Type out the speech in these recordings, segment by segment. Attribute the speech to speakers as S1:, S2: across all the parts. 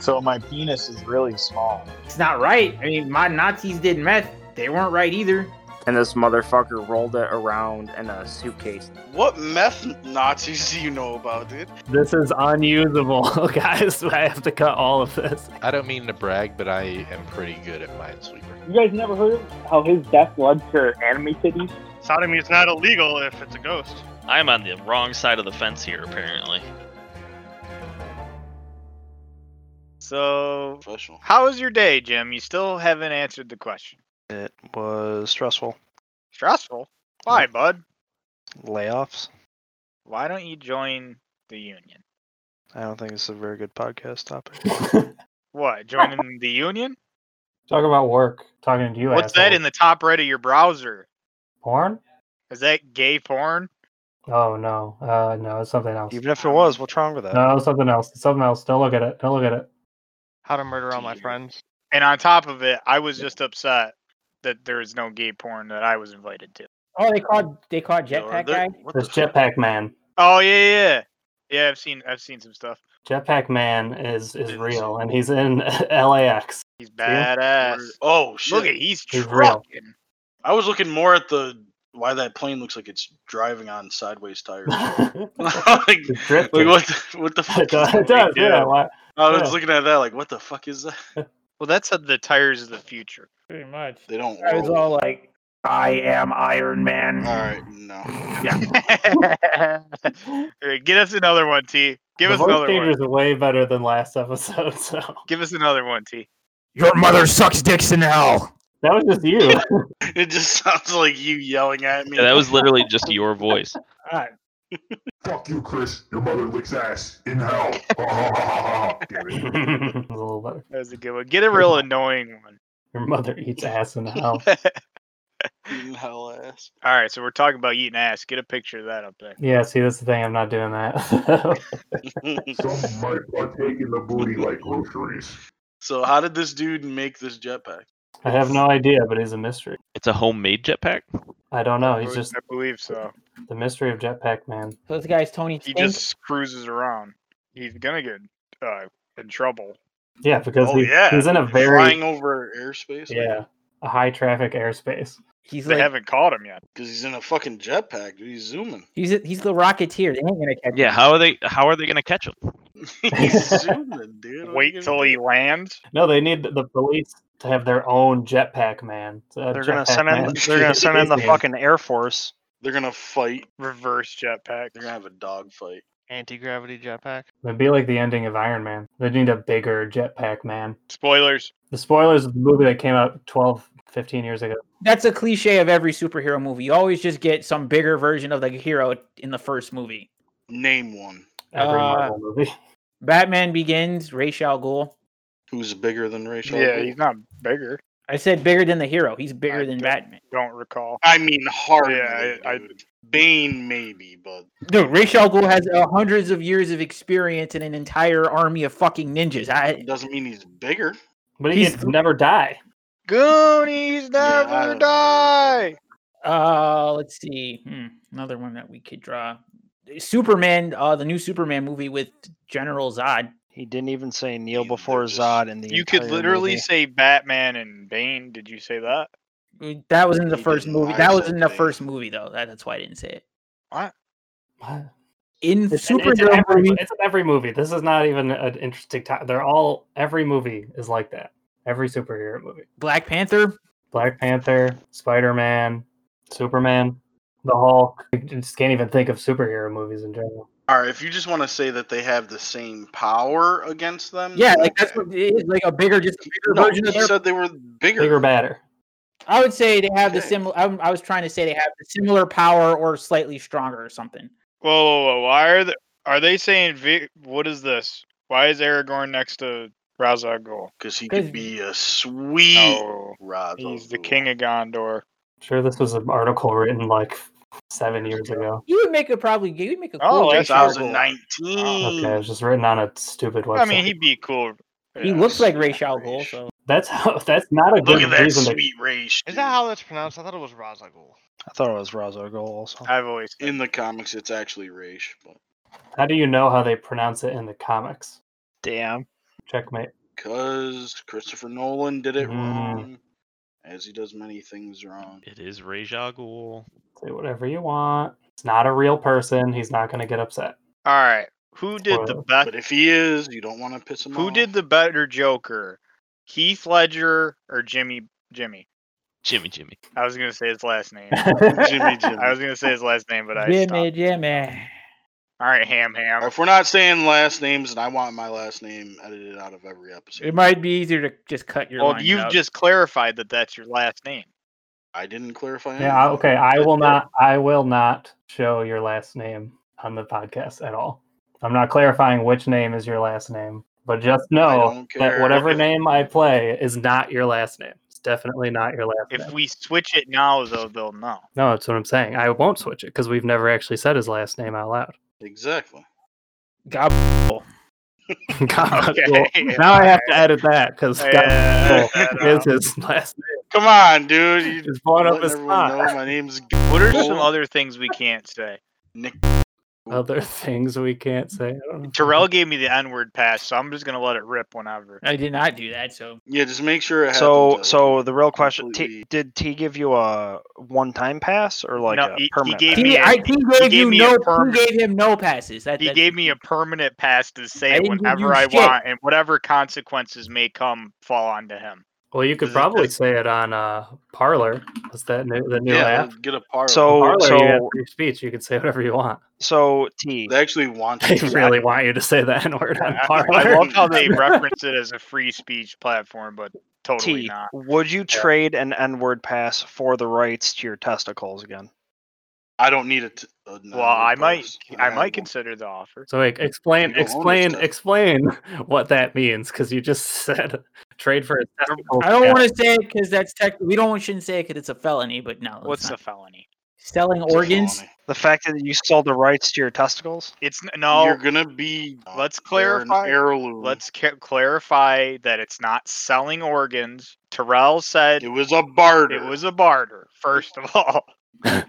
S1: So my penis is really small.
S2: It's not right. I mean, my Nazis did meth. They weren't right either.
S3: And this motherfucker rolled it around in a suitcase.
S4: What meth Nazis do you know about, dude?
S5: This is unusable, guys. I have to cut all of this.
S6: I don't mean to brag, but I am pretty good at Minesweeper.
S7: You guys never heard of how his death led to anime titties?
S8: Sodomy is not illegal if it's a ghost.
S9: I'm on the wrong side of the fence here, apparently.
S10: So,
S4: Professional.
S10: how was your day, Jim? You still haven't answered the question.
S8: It was stressful.
S10: Stressful? Why, bud?
S8: Layoffs.
S10: Why don't you join the union?
S8: I don't think it's a very good podcast topic.
S10: What, joining the union?
S5: Talk about work. Talking to you.
S10: What's that in the top right of your browser?
S5: porn?
S10: Is that gay porn?
S5: Oh no, uh, no, it's something else.
S8: Even if it was, what's wrong with that?
S5: No, it's something else. It's something else. Don't look at it. Don't look at it.
S8: How to murder all my friends.
S10: And on top of it, I was just upset that there is no gay porn that I was invited to.
S2: Oh, they called they called Jetpack
S4: Or
S2: guy.
S4: they're- what the
S5: This
S4: fuck?
S5: Jetpack Man.
S10: Oh yeah, yeah, yeah. Yeah, I've seen, I've seen some stuff.
S5: Jetpack Man is is real, and he's in LAX.
S10: He's badass.
S4: Oh shit!
S10: Look at, he's
S5: He's real.
S10: trucking.
S4: I was looking more at the why that plane looks like it's driving on sideways tires. like,
S5: He's
S4: like,
S5: drifting.
S4: what? The, what the fuck?
S5: it does.
S4: is
S5: It
S4: that?
S5: does yeah. why-
S4: I was
S5: yeah.
S4: looking at that like, what the fuck is that?
S10: Well, that's of the tires of the future.
S2: Pretty much.
S4: They don't.
S2: I was
S4: roll.
S2: all like, I am Iron Man.
S4: All right, no.
S10: All right, get us another one, T. Give
S5: the
S10: us
S5: voice
S10: another
S5: changer
S10: one.
S5: is way better than last episode. So
S10: Give us another one, T.
S2: Your mother sucks dicks in hell.
S5: that was just you.
S4: It just sounds like you yelling at me.
S9: Yeah, that was literally just your voice.
S11: Fuck you, Chris. Your mother licks ass in hell. Ha, ha, ha, ha, ha. Damn it.
S5: It was a little better.
S10: That was a good one. Get a real annoying one.
S5: Your mother eats ass in hell.
S4: Eating hell ass.
S10: All right, so we're talking about eating ass. Get a picture of that up there.
S5: yeah, see, that's the thing. I'm not doing that.
S11: Some might partake in the booty like groceries.
S4: so how did this dude make this jetpack?
S5: I have no idea, but he's a mystery.
S9: It's a homemade jetpack.
S5: I don't know. He's just
S10: I believe so.
S5: the mystery of Jetpack Man.
S2: So this guy's Tony
S10: He
S2: Stink.
S10: just cruises around. He's gonna get uh, in trouble.
S5: Yeah, because
S4: Oh,
S5: he-
S4: yeah.
S5: he's in a very
S4: Flying over airspace.
S5: yeah a high traffic airspace.
S2: He's
S10: they
S2: like,
S10: haven't caught him yet.
S4: Because he's in a fucking jetpack, dude. He's zooming.
S2: he's he's the Rocketeer. They ain't gonna catch.
S9: Yeah, how are they? How are they gonna catch him?
S4: he's zooming, dude. What are you
S10: Wait
S4: gonna
S10: till
S4: do?
S10: he lands.
S5: No, they need the police to have their own Jetpack Man. Uh,
S8: They're gonna
S5: Jetpack
S8: send in.
S5: Man.
S8: They're gonna send in the
S5: Man.
S8: fucking air force.
S4: They're gonna fight.
S10: Reverse jetpack.
S4: They're gonna have a dog fight.
S8: Anti gravity jetpack.
S5: It'd be like the ending of Iron Man. They need a bigger Jetpack Man.
S10: Spoilers.
S5: The spoilers of the movie that came out 12, 15 years ago.
S2: That's a cliche of every superhero movie. You always just get some bigger version of the hero in the first movie.
S4: Name one
S5: Every
S2: Uh,
S5: Marvel movie.
S2: Batman Begins, Ra's al Ghul.
S4: who's bigger than Rachel.
S10: Yeah, he's not bigger.
S2: I said bigger than the hero. He's bigger
S10: I
S2: than
S10: don't-
S2: Batman.
S10: Don't recall.
S4: I mean, hard.
S10: Yeah, I- I-
S4: Bane maybe, but
S2: Dude, Ra's al Ghul has uh, hundreds of years of experience and an entire army of fucking ninjas. I,
S4: it doesn't mean he's bigger.
S5: But he
S2: he's-
S5: could never die.
S10: Goonies
S4: I
S10: never
S4: don't know.
S10: die.
S2: uh, let's see. Hmm, another one that we could draw. Superman, uh, the new Superman movie with General Zod.
S8: He didn't even say kneel
S4: They're
S8: before
S4: just-
S8: Zod in the.
S10: You could
S8: entire
S10: literally
S8: movie.
S10: say Batman and Bane. Did you say that?
S2: That was in the
S4: He
S2: first
S4: didn't
S2: movie.
S4: lie,
S2: That was in the
S4: something.
S2: first movie, though. That, that's why I didn't say it.
S5: What?
S2: In
S5: It's, in- it's, in
S2: superhero
S5: every,
S2: movies,
S5: it's in every movie. This is not even an interesting time. They're all every movie is like that. Every superhero movie.
S2: Black Panther,
S5: Black Panther, Spider Man, Superman, the Hulk. I just can't even think of superhero movies in general.
S4: All right, if you just want to say that they have the same power against them,
S2: Yeah, like that's
S4: okay.
S2: what it is, like a bigger, just a bigger
S4: No,
S2: version of
S4: you
S2: their.
S4: said they were bigger.
S5: Bigger, badder.
S2: I would say they have the
S4: Okay.
S2: similar. I, I was trying to say they have the similar power or slightly stronger or something.
S10: Whoa, whoa, whoa. Why are they, are they saying vi- what is this? Why is Aragorn next to Ra's al Ghul?
S4: Because he
S2: 'Cause-
S4: could be a sweet
S10: No,
S4: Ra's al
S10: he's the
S4: Ghul.
S10: king of Gondor.
S5: Sure, this was an article written like seven years ago.
S2: You would make a probably. You would make a
S10: Oh,
S2: cool.
S10: that's
S2: Ra's al Ghul.
S4: 2019.
S2: Oh,
S5: Okay, it was just written on a stupid website.
S10: I mean, he'd be cool.
S2: He
S10: yeah.
S2: looks like Ra's al Ghul,
S4: Ra's.
S2: so
S5: that's how, that's not a
S4: Look
S5: good
S4: at that
S5: reason. To,
S4: sweet race.
S12: Is that how that's pronounced? I thought it was Razagul.
S8: I thought it was Ra's al Ghul also.
S10: I've always
S4: In the comics, it's actually race, but
S5: how do you know how they pronounce it in the comics?
S8: Damn.
S5: Checkmate.
S4: Because Christopher Nolan did it
S5: Hmm.
S4: wrong, as he does many things wrong.
S9: It is Rajah Ghul.
S5: Say whatever you want. It's not a real person. He's not going to get upset.
S10: All right. Who did the
S5: Spoiler.
S10: best?
S4: But if he is, you don't want to piss him
S10: Who
S4: off.
S10: did the better Joker? Heath Ledger or Jimmy Jimmy?
S9: Jimmy, Jimmy.
S10: I was gonna say his last name.
S4: Jimmy Jimmy.
S10: I was gonna say his last name, but I
S2: Jimmy,
S10: stopped.
S2: Jimmy.
S10: All right, Ham Ham.
S4: If we're not saying last names, and I want my last name edited out of every episode,
S2: It might be easier to just cut your.
S10: Well,
S2: lines
S10: you've
S2: out.
S10: just clarified that that's your last name.
S4: I didn't clarify.
S5: Yeah. I-
S4: anything.
S5: Okay. I will not. I will not show your last name on the podcast at all. I'm not clarifying which name is your last name, but just know
S10: don't
S5: that
S10: care
S5: whatever
S10: if-
S5: name I play is not your last name. It's definitely not your last
S10: If
S5: name.
S10: we switch it now, though, they'll know.
S5: No, that's what I'm saying. I won't switch it because we've never actually said his last name out loud.
S4: Exactly.
S2: God.
S5: God,
S10: Okay,
S5: well,
S10: yeah,
S5: now I have to edit that because
S10: Yeah, that,
S5: is
S10: um,
S5: his last
S4: Come on, dude. You
S5: name. He's blowing up
S4: letting
S5: his
S4: everyone
S5: spot.
S4: know my name's
S10: What are some other things we can't say?
S4: Nick.
S5: Other things we can't say. I don't know.
S10: Terrell gave me the N word pass, so I'm just gonna let it rip whenever.
S2: I did not do that. So
S4: Yeah, just make sure. It
S8: So,
S4: happens, uh,
S8: so the real question:
S4: completely-
S8: T, did T give you a one-time pass or like
S10: No,
S8: a
S10: he- he
S8: permanent?
S10: gave
S8: pass?
S10: me
S2: he,
S10: a-
S2: I, he
S10: he
S2: gave
S10: gave
S2: you
S10: me
S2: no.
S10: a
S2: He
S10: permanent-
S2: gave him no passes. That,
S10: He
S2: that-
S10: gave me a permanent pass to say
S2: I
S10: it
S2: didn't give
S10: whenever
S2: you
S10: I
S2: shit.
S10: want, and whatever consequences may come fall onto him.
S5: Well, you could
S10: Does it-
S5: probably
S10: does-
S5: say it on uh, Parlor. What's that new? The new
S4: yeah,
S5: app.
S4: get a par.
S8: So,
S5: Parlor, you have
S8: so,
S5: free speech. You can say whatever you want.
S8: so T.
S4: they actually want.
S5: They
S4: to do that.
S5: really want you to say the N word on
S10: I,
S5: Parlor.
S10: I love how they reference it as a free speech platform, but totally
S8: T,
S10: not.
S8: would you trade an N-word pass for the rights to your testicles again?
S4: I don't need it. Uh,
S10: Well, I might, I might consider the offer.
S5: So like, explain,
S4: You don't own
S5: explain,
S4: this
S5: explain what that means because you just said trade for. his testicles.
S2: I don't
S5: Yeah.
S2: want to say it because that's tech. We don't shouldn't say it because it's a felony. But no, it's
S10: What's
S2: not.
S10: a felony?
S2: selling organs?
S8: The fact that you sold the rights to your testicles?
S10: It's n- no.
S4: You're gonna be.
S10: let's
S4: they're an
S10: clarify.
S4: heirloom.
S10: Let's ca- clarify that it's not selling organs. Terrell said
S4: It was a barter.
S10: it was a barter. First of all,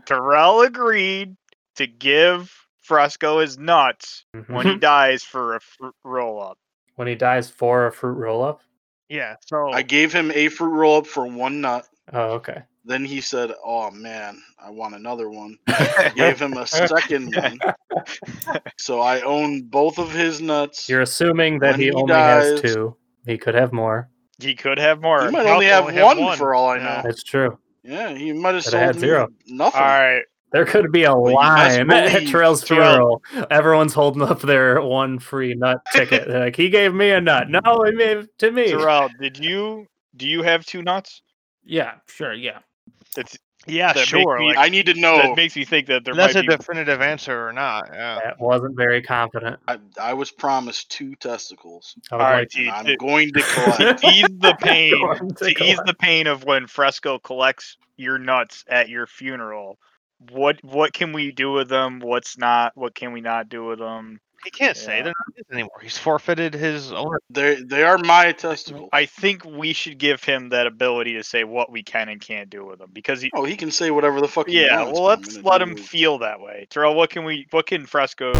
S10: Terrell agreed to give Fresco his nuts when he
S4: Mm-hmm.
S5: Mhm.
S10: dies for a fr- roll up.
S5: when he dies for a fruit roll up.
S8: Yeah. So
S4: I gave him a fruit roll up for one nut.
S5: Oh, okay.
S4: Then he said, "Oh man, I want another one." I gave him a second one, so I own both of his nuts.
S5: You're assuming that
S4: When
S5: he,
S4: he
S5: only
S4: dies-
S5: has two. He could have more.
S10: He could have more.
S4: you might only have
S10: Probably
S4: one,
S10: one.
S4: for all I
S8: Yeah.
S4: know.
S5: That's true.
S4: Yeah, he might have
S5: Could've
S4: sold
S5: had
S4: me
S5: zero.
S4: Nothing.
S10: All right.
S5: There could be a
S4: you best
S5: line at
S4: believe,
S5: Terrell's
S10: Terrell-
S5: funeral. Everyone's holding up their one free nut ticket. They're like, he gave me a nut. No, he gave it to me.
S10: Terrell, did you do you have two nuts?
S2: Yeah, sure. Yeah.
S10: That's
S8: yeah,
S10: that make
S8: sure.
S10: me-
S8: like-
S4: I need to know.
S10: that makes me think that there
S12: That's a
S10: might be.
S12: definitive answer or not. Yeah.
S5: That wasn't very confident.
S4: I, I was promised two testicles.
S5: I
S10: All
S5: would
S10: right,
S5: like
S10: to,
S4: and I'm
S10: to-
S4: going to collect.
S10: to ease the pain,
S5: Going to
S10: to ease
S5: collect.
S10: the pain of when Fresco collects your nuts at your funeral. What what can we do with them? What's not? What can we not do with them?
S12: He can't say
S10: Yeah.
S12: they're not his anymore. He's forfeited his owner.
S4: they they are my testicles.
S10: I think we should give him that ability to say what we can and can't do with them because he.
S4: oh, he can say whatever the fuck. He
S10: yeah,
S4: wants,
S10: well,
S4: but I'm
S10: let's
S4: gonna
S10: let
S4: do
S10: him
S4: it.
S10: feel that way. Terrell, what can we? What can Fresco?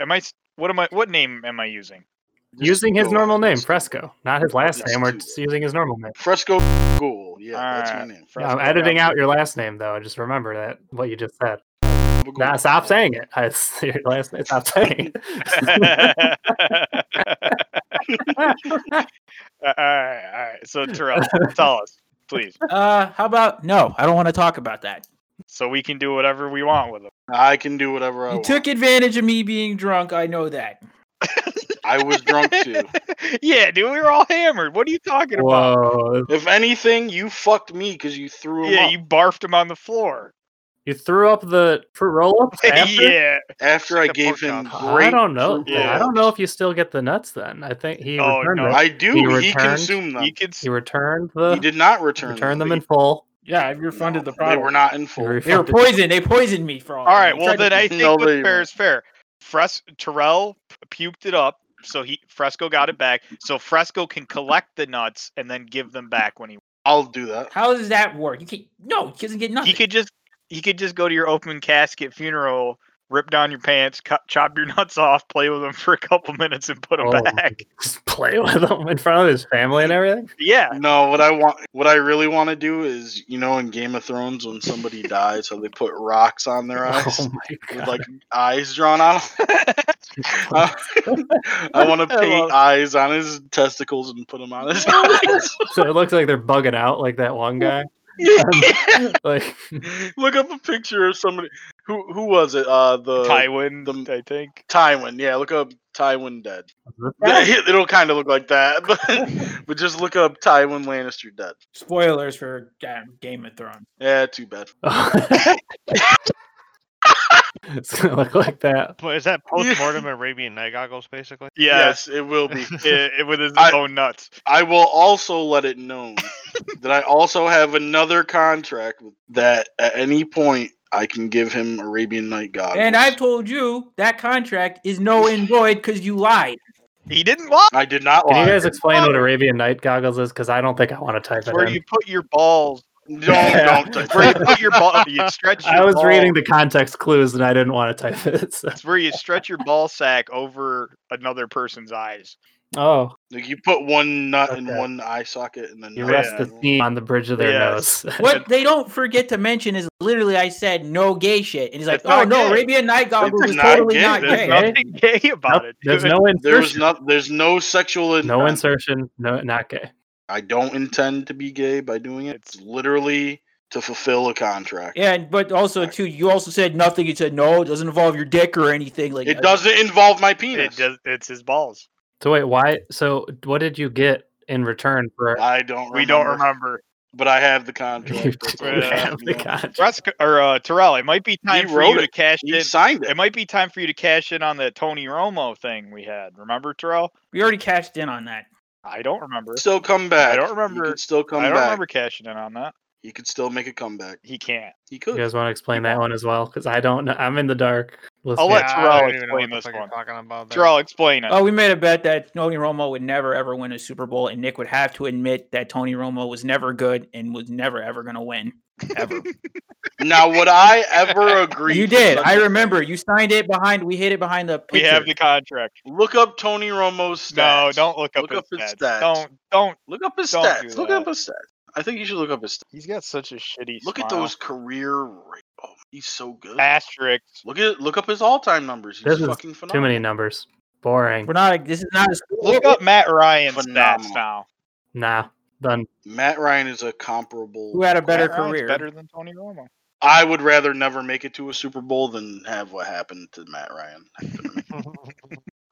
S10: Am I? s- What am I? What name am I using?
S4: Just
S5: using his
S4: go
S5: normal name,
S4: with it.
S5: Fresco, not his last
S4: Yes,
S5: name. We're
S4: dude.
S5: just using his normal name.
S4: Fresco Ghoul. Yeah, that's my
S10: Alright,
S4: name.
S5: Yeah, I'm
S10: Fresco
S5: editing
S10: Ghoul.
S5: out your last name, though. Just remember that what you just said.
S4: Fresco Ghoul.
S5: Nah, stop saying it. It's your last name. Stop saying it.
S10: all right, all right. So Terrell, tell us, please,
S2: Uh, how about no? I don't want to talk about that.
S10: so we can do whatever we want with them.
S4: I can do whatever I
S2: You
S4: want.
S2: took advantage of me being drunk. I know that.
S4: I was drunk too.
S10: yeah, dude, we were all hammered. What are you talking about?
S5: Whoa!
S4: If anything, you fucked me because you threw him
S10: Yeah,
S4: up
S10: you barfed him on the floor.
S5: You threw up the fruit roll-up. after?
S10: yeah.
S4: after I
S12: Like a
S4: gave
S12: pork
S4: him
S12: chop.
S4: great.
S5: I don't know.
S4: fruit
S5: though. I
S10: roll-ups.
S5: don't know if you still get the nuts. Then I think he
S10: Oh,
S5: returned.
S10: no.
S5: it.
S4: I do.
S5: He
S4: He,
S5: returned-
S4: consumed them.
S10: You
S4: He,
S10: could. s-
S5: He returned the.
S4: did not return
S5: returned them
S4: but
S5: in full.
S2: Yeah, I've refunded
S4: no,
S2: the product.
S4: They were not in full.
S5: He
S2: They were
S5: refunded-
S2: poisoned. They poisoned me for all.
S10: All right.
S2: They
S10: Well, then
S2: tried to-
S10: I
S4: No,
S10: think
S4: they
S10: what's fair
S4: won't.
S10: is fair. Fres- Terrell p- puked it up, so he Fresco got it back. So Fresco can collect the nuts and then give them back when he.
S4: I'll do that.
S2: How does that work? You can't. No, he doesn't get nothing.
S10: He could just. He could just go to your open casket funeral, rip down your pants, cut, chop your nuts off, play with them for a couple minutes, and put them
S5: Oh.
S10: back.
S5: Just play with him in front of his family and everything.
S10: Yeah.
S4: No, what I want, what I really want to do is, you know, in Game of Thrones, when somebody dies, how they put rocks on their eyes,
S5: Oh
S4: with like eyes drawn on. 'em? Uh, I want to
S5: I
S4: paint
S5: love-
S4: eyes on his testicles and put them on his eyes.
S5: So it looks like they're bugging out, like that one guy. like
S4: Look up a picture of somebody who who was it? Uh, the
S10: Tywin,
S4: the,
S10: I think.
S4: Tywin, yeah. Look up Tywin dead.
S2: guy?
S4: It'll kind of look like that, but but just look up Tywin Lannister dead.
S2: Spoilers for Ga- Game of Thrones.
S4: Yeah, too bad.
S5: it's gonna look like that.
S12: But is that post mortem Arabian night goggles basically?
S4: Yes, it will be.
S10: with his
S4: own
S10: nuts.
S4: I will also let it known that I also have another contract with- that at any point I can give him Arabian Night God.
S2: And I've told you that contract is no and void because you lied.
S10: He didn't lie.
S4: I did not
S5: Can you guys explain what Arabian night goggles is? Because I don't think I want to type it
S10: Where
S5: in.
S10: you put your balls.
S4: Don't,
S5: Yeah.
S4: don't.
S10: Where you put your ball, you stretch. Your
S5: I was
S10: ball-
S5: reading the context clues and I didn't want to type it. so-
S10: It's where you stretch your ball sack over another person's eyes.
S5: Oh,
S4: Like you put one nut in one eye socket and then
S5: you rest the theme on the bridge of their
S10: Yes.
S5: nose.
S2: What they don't forget to mention is literally I said no gay shit, and he's like,
S4: It's
S2: "Oh
S4: not
S2: no,
S4: gay.
S2: Arabian Night Goggles
S4: It's
S2: is
S4: not
S2: totally
S4: gay.
S2: not
S4: There's
S2: gay."
S5: nothing
S10: gay about
S5: Nope, it, there's dude. no
S4: There's
S5: insertion.
S4: not. There's no sexual. Intent.
S5: no insertion, no not gay.
S4: I don't intend to be gay by doing it. It's literally to fulfill a contract.
S2: Yeah, and- but also too, you also said nothing. You said no, it doesn't involve your dick or anything. Like uh,
S4: It doesn't involve my penis.
S10: It does, it's his balls.
S5: So wait, why so what did you get in return for
S4: I don't. Remember,
S10: We don't remember.
S4: But I have the contract. that's all
S5: You
S4: I
S5: have
S4: know.
S5: the contract.
S10: Rusk or uh, Terrell, it might be time for
S4: wrote
S10: you to
S4: it.
S10: cash
S4: He
S10: in.
S4: signed it.
S10: It might be time for you to cash in on the Tony Romo thing we had. Remember, Terrell?
S2: we already cashed in on that.
S10: I don't remember.
S4: Still come back.
S10: I don't
S4: You
S10: remember.
S4: could still come
S10: I don't
S4: back.
S10: remember cashing in on that.
S4: He could still make a comeback.
S10: He can't.
S4: He
S5: You
S4: could.
S5: guys want to explain that one as well? Because I don't know. I'm in the dark.
S8: Oh,
S10: I'll let
S5: Listeners.
S12: I don't
S10: Terrell
S12: even know
S10: explain
S12: what the
S10: this
S12: fuck you're
S10: one.
S12: talking about. there.
S10: Terrell, explain it.
S2: Oh, we made a bet that Tony Romo would never ever win a Super Bowl, and Nick would have to admit that Tony Romo was never good and was never ever going to win. Ever.
S4: Now, would I ever agree?
S2: you
S4: to
S2: did.
S4: such
S2: I
S4: a-
S2: remember. You signed it behind. We hid it behind the
S10: we
S2: picture.
S10: have the contract.
S4: Look up Tony Romo's
S10: No,
S4: stats.
S10: don't look up
S4: Look
S10: his
S4: up his
S10: stats.
S4: stats.
S10: Don't, don't.
S4: Look up his
S10: Don't
S4: stats.
S10: do
S4: Look
S10: that.
S4: up his stats. I think you should look up his. stats.
S10: He's got such a shitty.
S4: Look at
S10: smile.
S4: those career. ra- Oh, he's so good.
S10: asterisks.
S4: Look at look up his all-time numbers. He's
S5: This is
S4: fucking
S5: too
S4: phenomenal.
S5: many numbers. Boring.
S2: We're not. This is not. A,
S10: Look up Matt Ryan's
S4: Phenomenal.
S10: stats now.
S5: Nah. Done.
S4: Matt Ryan is a comparable.
S2: who had a better
S10: Matt Ryan's
S2: career?
S10: better than Tony Romo.
S4: I would rather never make it to a Super Bowl than have what happened to Matt Ryan.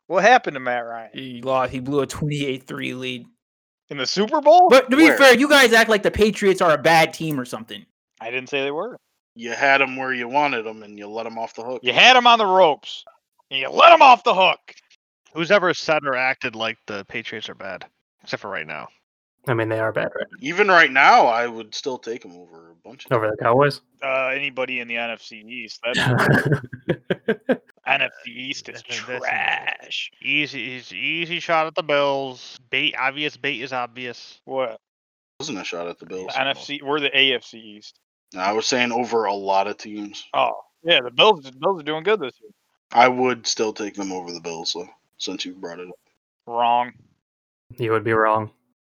S10: What happened to Matt Ryan
S2: He lost. He blew a 28-3 lead.
S10: in the Super Bowl?
S2: But to be
S4: Where?
S2: fair, you guys act like the Patriots are a bad team or something.
S10: I didn't say they were.
S4: You had him where you wanted him, and you let him off the hook.
S10: You had him on the ropes, and you let him off the hook.
S12: Who's ever said or acted like the Patriots are bad? Except for right now.
S5: I mean, they are bad right
S4: Even right now, I would still take him over a bunch
S5: now.
S4: of.
S5: Over the Cowboys.
S10: Uh, anybody in the NFC East? That
S5: That's
S10: NFC East is
S12: That's- that's-
S10: trash.
S12: Easy easy easy shot at the Bills. Bait obvious bait is obvious.
S10: What
S4: Wasn't a shot at the Bills.
S10: the NFC? We're the AFC East.
S4: No, I was saying over a lot of teams.
S10: Oh yeah, the Bills. The Bills are doing good this year.
S4: I would still take them over the Bills, though, since you brought it up.
S10: Wrong.
S5: You would be wrong.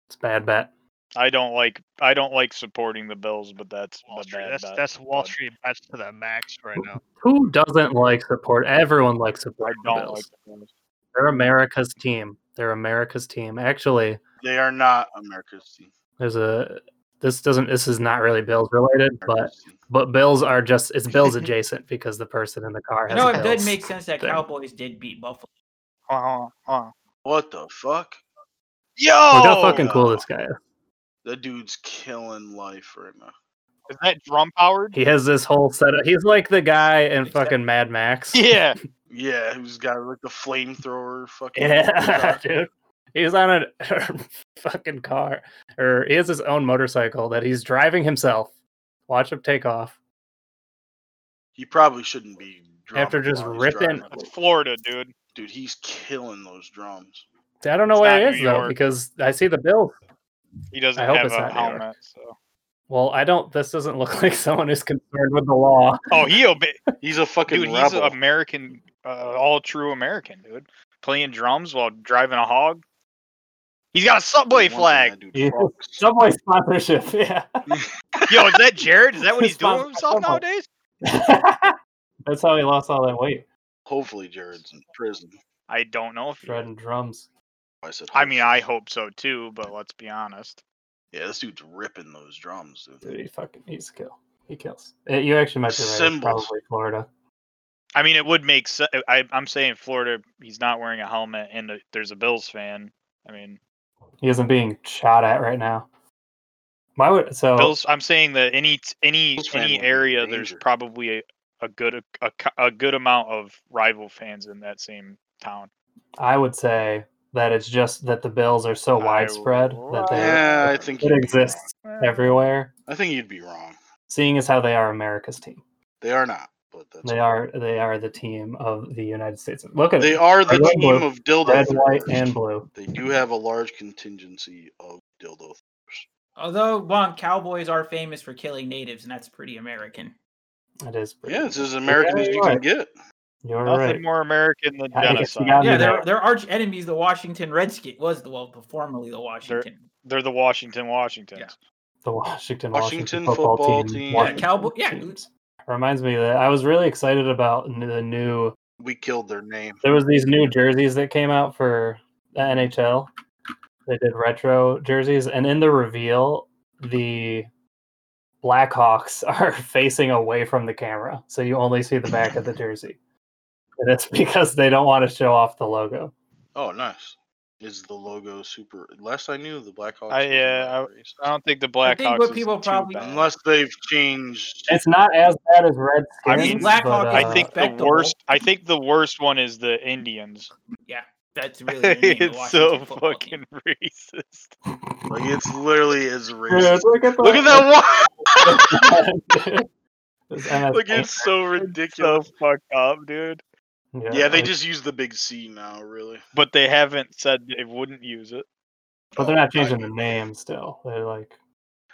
S5: It's a bad bet.
S10: I don't like. I don't like supporting the Bills, but that's
S12: Wall
S10: the
S12: Street.
S10: bad
S12: That's
S10: bet.
S12: that's Wall
S10: bud.
S12: Street bets to the max right now.
S5: Who doesn't like support? Everyone likes
S10: I
S5: support. the
S10: don't like
S5: Bills.
S10: the Bills.
S5: They're America's team. They're America's team. Actually,
S4: They are not America's team.
S5: there's a. This doesn't. This is not really Bills related, but
S4: America's team.
S5: but Bills are just. It's Bills adjacent because the person in the car
S2: I
S5: has.
S2: know
S5: a
S2: it
S5: Bills.
S2: did make sense that
S5: thing.
S2: Cowboys did beat Buffalo.
S10: Hold
S4: Uh-huh,
S10: on, hold on.
S4: what the fuck?
S5: Look
S10: Yo,
S2: Oh.
S5: how fucking cool this guy is.
S4: That dude's killing life right now.
S10: is that drum powered?
S5: He has this whole setup. He's like the guy in fucking Mad Max.
S10: Yeah,
S4: Yeah, who's got like the flamethrower fucking.
S5: Yeah, dude. He's on a fucking car, or he has his own motorcycle that he's driving himself. Watch him take off
S4: He probably shouldn't be. drunk
S5: after just
S4: while he's
S5: ripping.
S4: driving.
S10: that's Florida, dude.
S4: Dude, he's killing those drums.
S5: I don't know
S10: It's
S5: where
S10: not
S5: it is
S10: New
S5: though,
S10: York.
S5: because I see the bill.
S10: He doesn't
S5: I hope
S10: have
S5: it's
S10: a
S5: not New York.
S10: helmet, so
S5: Well, I don't. This doesn't look like someone who's concerned with the law.
S10: Oh, he obe-
S4: He's a fucking
S10: dude. He's
S4: rebel.
S10: an American, uh, all true American, dude. Playing drums while driving a hog. He's got a Subway flag.
S5: Yeah. Subway sponsorship. Yeah,
S10: Yo, is that Jared? Is that what he's doing with himself
S5: Sponsored by Subway.
S10: nowadays?
S5: that's how he lost all that weight.
S4: Hopefully, Jared's in prison.
S10: I don't know if.
S5: Shredding drums.
S4: I said,
S10: I mean, I hope so too, but let's be honest.
S4: yeah, this dude's ripping those drums, dude.
S5: Dude, he fucking needs to kill. He kills. Eh, you actually might be right. It's
S4: Symbols.
S5: probably Florida.
S10: I mean, it would make sense. I, I'm saying Florida. He's not wearing a helmet, and the, there's a Bills fan. I mean,
S5: He isn't being shot at right now. Why would so?
S10: Bills. I'm saying that any t- any
S4: Bills fan
S10: any
S4: would be
S10: area,
S4: in
S10: there's
S4: danger.
S10: probably a, a good a, co- a good amount of rival fans in that same town.
S5: I would say that it's just that the bills are so widespread that they
S4: Yeah, I think
S5: it
S4: you'd be
S5: exists
S10: wrong.
S5: everywhere.
S4: I think you'd be wrong.
S5: Seeing as how they are America's team,
S4: They are not, but that's
S5: they are they are the team of the United States. Look at
S4: They
S5: it.
S4: are the
S5: Red,
S4: team
S5: blue.
S4: of dildo
S5: red, white,
S4: throwers.
S5: and blue.
S4: They do have a large contingency of dildo.
S2: Although, well, cowboys are famous for killing natives, and that's pretty American.
S5: That is pretty.
S4: Yeah, it's as American as you can
S5: right.
S4: get.
S5: You're
S10: Nothing
S5: right.
S10: more American than
S5: I guess you
S10: genocide.
S5: got me
S2: yeah,
S5: there.
S2: their their arch enemies, the Washington Redskins, was the well, formerly the Washington.
S10: They're the Washington Washingtons.
S5: The Washington
S4: Washington
S5: Washington football,
S4: football
S5: team.
S4: team.
S2: Yeah,
S5: Washington
S2: cowboy. Yeah,
S5: teams. Reminds me that I was really excited about n- the new.
S4: We killed their name.
S5: There was these new jerseys that came out for the NHL. They did retro jerseys, and in the reveal, the Blackhawks are facing away from the camera, so you only see the back of the jersey. And it's because they don't want to show off the logo.
S4: Oh, nice. Is the logo super? Last I knew, the Blackhawks.
S10: I-
S4: wasn't
S10: yeah,
S4: that racist.
S10: I don't think the
S2: I
S10: Blackhawks.
S2: think what
S10: is
S2: people
S10: too
S2: probably-
S10: bad.
S4: Unless they've changed.
S5: It's not as bad as Redskins.
S10: I mean,
S2: Blackhawk
S5: but,
S2: is
S5: uh,
S10: I think the
S2: Respectable.
S10: worst. I think the worst one is the Indians.
S2: that's really the name, the
S10: it's so
S2: Washington football team.
S10: fucking racist.
S4: Like it's literally as
S5: Yeah,
S4: racist.
S5: look at
S4: Look at that
S5: that.
S4: one. Like it's so
S10: So
S4: ridiculous.
S10: fucked up, dude.
S4: Yeah, they just use the big C now, really.
S10: But they haven't said they wouldn't use it.
S5: But
S4: Oh,
S5: they're not changing the name still. They're like,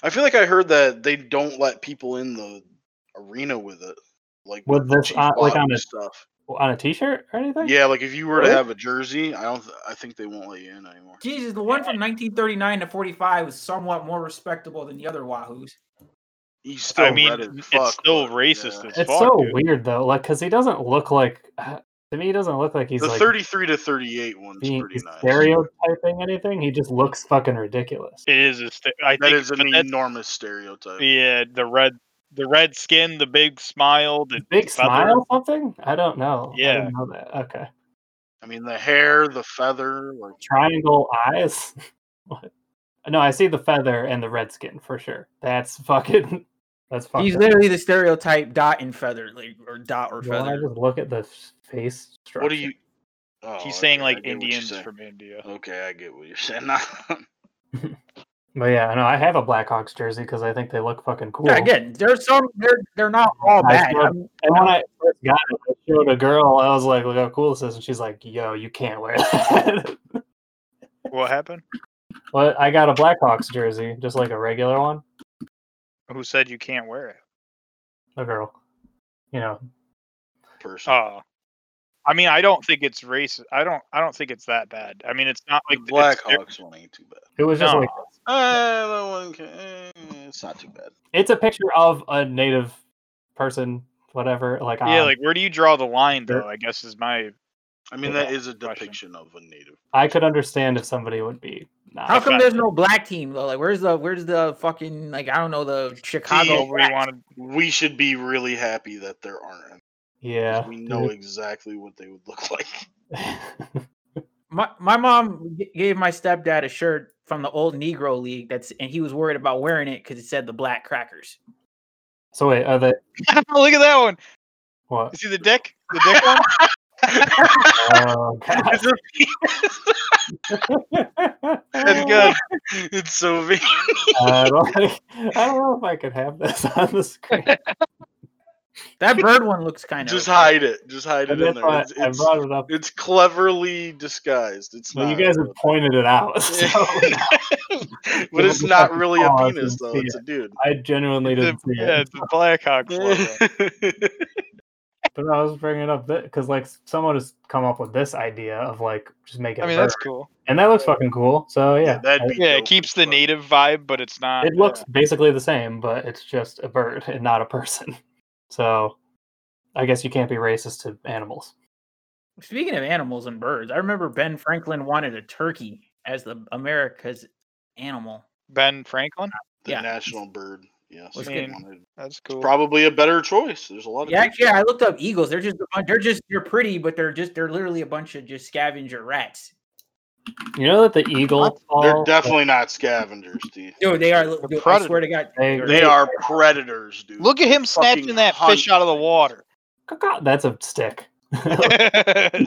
S4: I feel like I heard that they don't let people in the arena with it, like
S5: With this
S4: Chief
S5: on- like
S4: Wahoo
S5: on a-
S4: stuff.
S5: well, on a T-shirt or anything?
S4: Yeah, like if you were to
S5: Really?
S4: have a jersey, I don't. Th- I think they won't let you in anymore.
S2: Jesus, the one from 1939 to 45 was somewhat more respectable than the other Wahoos.
S4: You still
S10: I mean,
S4: red as
S10: it's
S4: fuck,
S10: still
S4: but,
S10: racist
S4: yeah.
S10: as
S5: It's
S10: fuck,
S5: so
S10: dude.
S5: weird though, like because he doesn't look like. To me, he doesn't look like he's
S4: The
S5: like
S4: 33 to 38 one's
S5: being
S4: pretty nice.
S5: stereotyping anything. He just looks fucking ridiculous.
S10: It is. A st- I
S4: That
S10: think
S4: is an
S10: but that's-
S4: enormous stereotype.
S10: yeah, the red, the red skin, the big smile, the
S5: Big
S10: feather.
S5: smile, something? I don't know. I
S10: Yeah.
S5: didn't know that. Okay,
S4: I mean, the hair, the feather, like
S5: triangle eyes. what? No, I see the feather and the red skin for sure. That's fucking. That's fucking.
S2: He's literally the stereotype dot and feather, like, or dot or
S5: Well, I
S2: feather.
S5: just look at the f- face structure.
S4: what do you? Oh,
S10: He's saying
S4: okay, I
S10: like
S4: get what you're
S10: Indians
S4: saying.
S10: from India.
S4: Okay, I get what you're saying. now.
S5: But yeah, no, I have a Blackhawks jersey because I think they look fucking cool.
S2: Yeah, again, there's some. They're they're not all
S5: I
S2: bad.
S5: saw-
S2: I'm-
S5: and when I first got it, I showed a girl. I was like, "Look how cool this is," and she's like, "Yo, you can't wear that."
S10: What happened?
S5: but I got a Blackhawks jersey, just like a regular one.
S10: Who said you can't wear it?
S5: A girl, you know,
S4: Person.
S10: Oh, I mean, I don't think it's racist. I don't. I don't think it's that bad. I mean, it's not
S4: the
S10: Oh, like it's-
S4: Blackhawks one ain't too bad.
S5: it was just
S10: No.
S5: like
S4: Uh, that one can, eh, it's not too bad.
S5: it's a picture of a native person, whatever. Like,
S10: Yeah,
S5: on-
S10: like where do you draw the line,
S5: Sure.
S10: though? I guess is my.
S4: I mean,
S10: Yeah,
S4: that is a
S10: question.
S4: depiction of a native.
S5: I could understand if somebody would be not.
S2: How come
S10: Feather.
S2: there's no black team though? Like, where's the where's the fucking like I don't know the Chicago?
S4: See,
S10: Where you
S2: Blacks?
S10: want
S4: We should be really happy that there aren't. any, 'cause
S5: yeah,
S4: we know exactly what they would look like.
S2: My my mom g- gave my stepdad a shirt from the old Negro League. That's and he was worried about wearing it because it said the Black Crackers.
S5: so wait, are they
S10: to look at that one.
S5: what?
S10: You see the dick? The dick one?
S5: Oh, God.
S10: It's a-
S4: That's good. it's so vain.
S5: I don't, I don't know if I could have this on the screen.
S2: That bird one looks kind of
S4: Just hide it. Just hide it
S5: And
S4: in
S5: that's
S4: there.
S5: why
S4: It's,
S5: I
S4: it's,
S5: brought it up.
S4: it's cleverly disguised. It's
S5: Well, you
S4: not.
S5: guys have pointed it out. so-
S4: but it's not really a penis though. It's a dude.
S5: I genuinely didn't see
S10: Yeah,
S5: it.
S10: it's a Blackhawk logo.
S5: But I was bringing it up because like someone has come up with this idea of like just making.
S10: I
S5: a
S10: mean, that's
S5: bird.
S10: cool.
S5: And that looks fucking cool. So yeah, I-
S10: yeah, it keeps the native vibe, but it's not. uh,
S5: it looks basically the same, but it's just a bird and not a person. So I guess you can't be racist to animals.
S2: Speaking of animals and birds, I remember Ben Franklin wanted a turkey as the America's animal.
S10: Ben Franklin.
S4: The
S2: Yeah.
S4: national bird. Yes.
S2: What's
S4: I
S2: good?
S4: wanted-
S10: That's cool.
S4: Probably a better choice. There's a
S13: Oh,
S4: lot of
S2: Yeah, actually, I looked up eagles. They're just a bunch, they're just they're pretty, but they're just they're literally a bunch of just scavenger rats.
S5: You know that the eagle.
S4: They're
S5: fall-
S4: definitely not scavengers, dude.
S2: Dude, they are. Dude, I swear to God,
S5: They-
S4: They are predators, dude.
S12: Look at him snatching that fish out of the water.
S5: That's a stick.
S4: I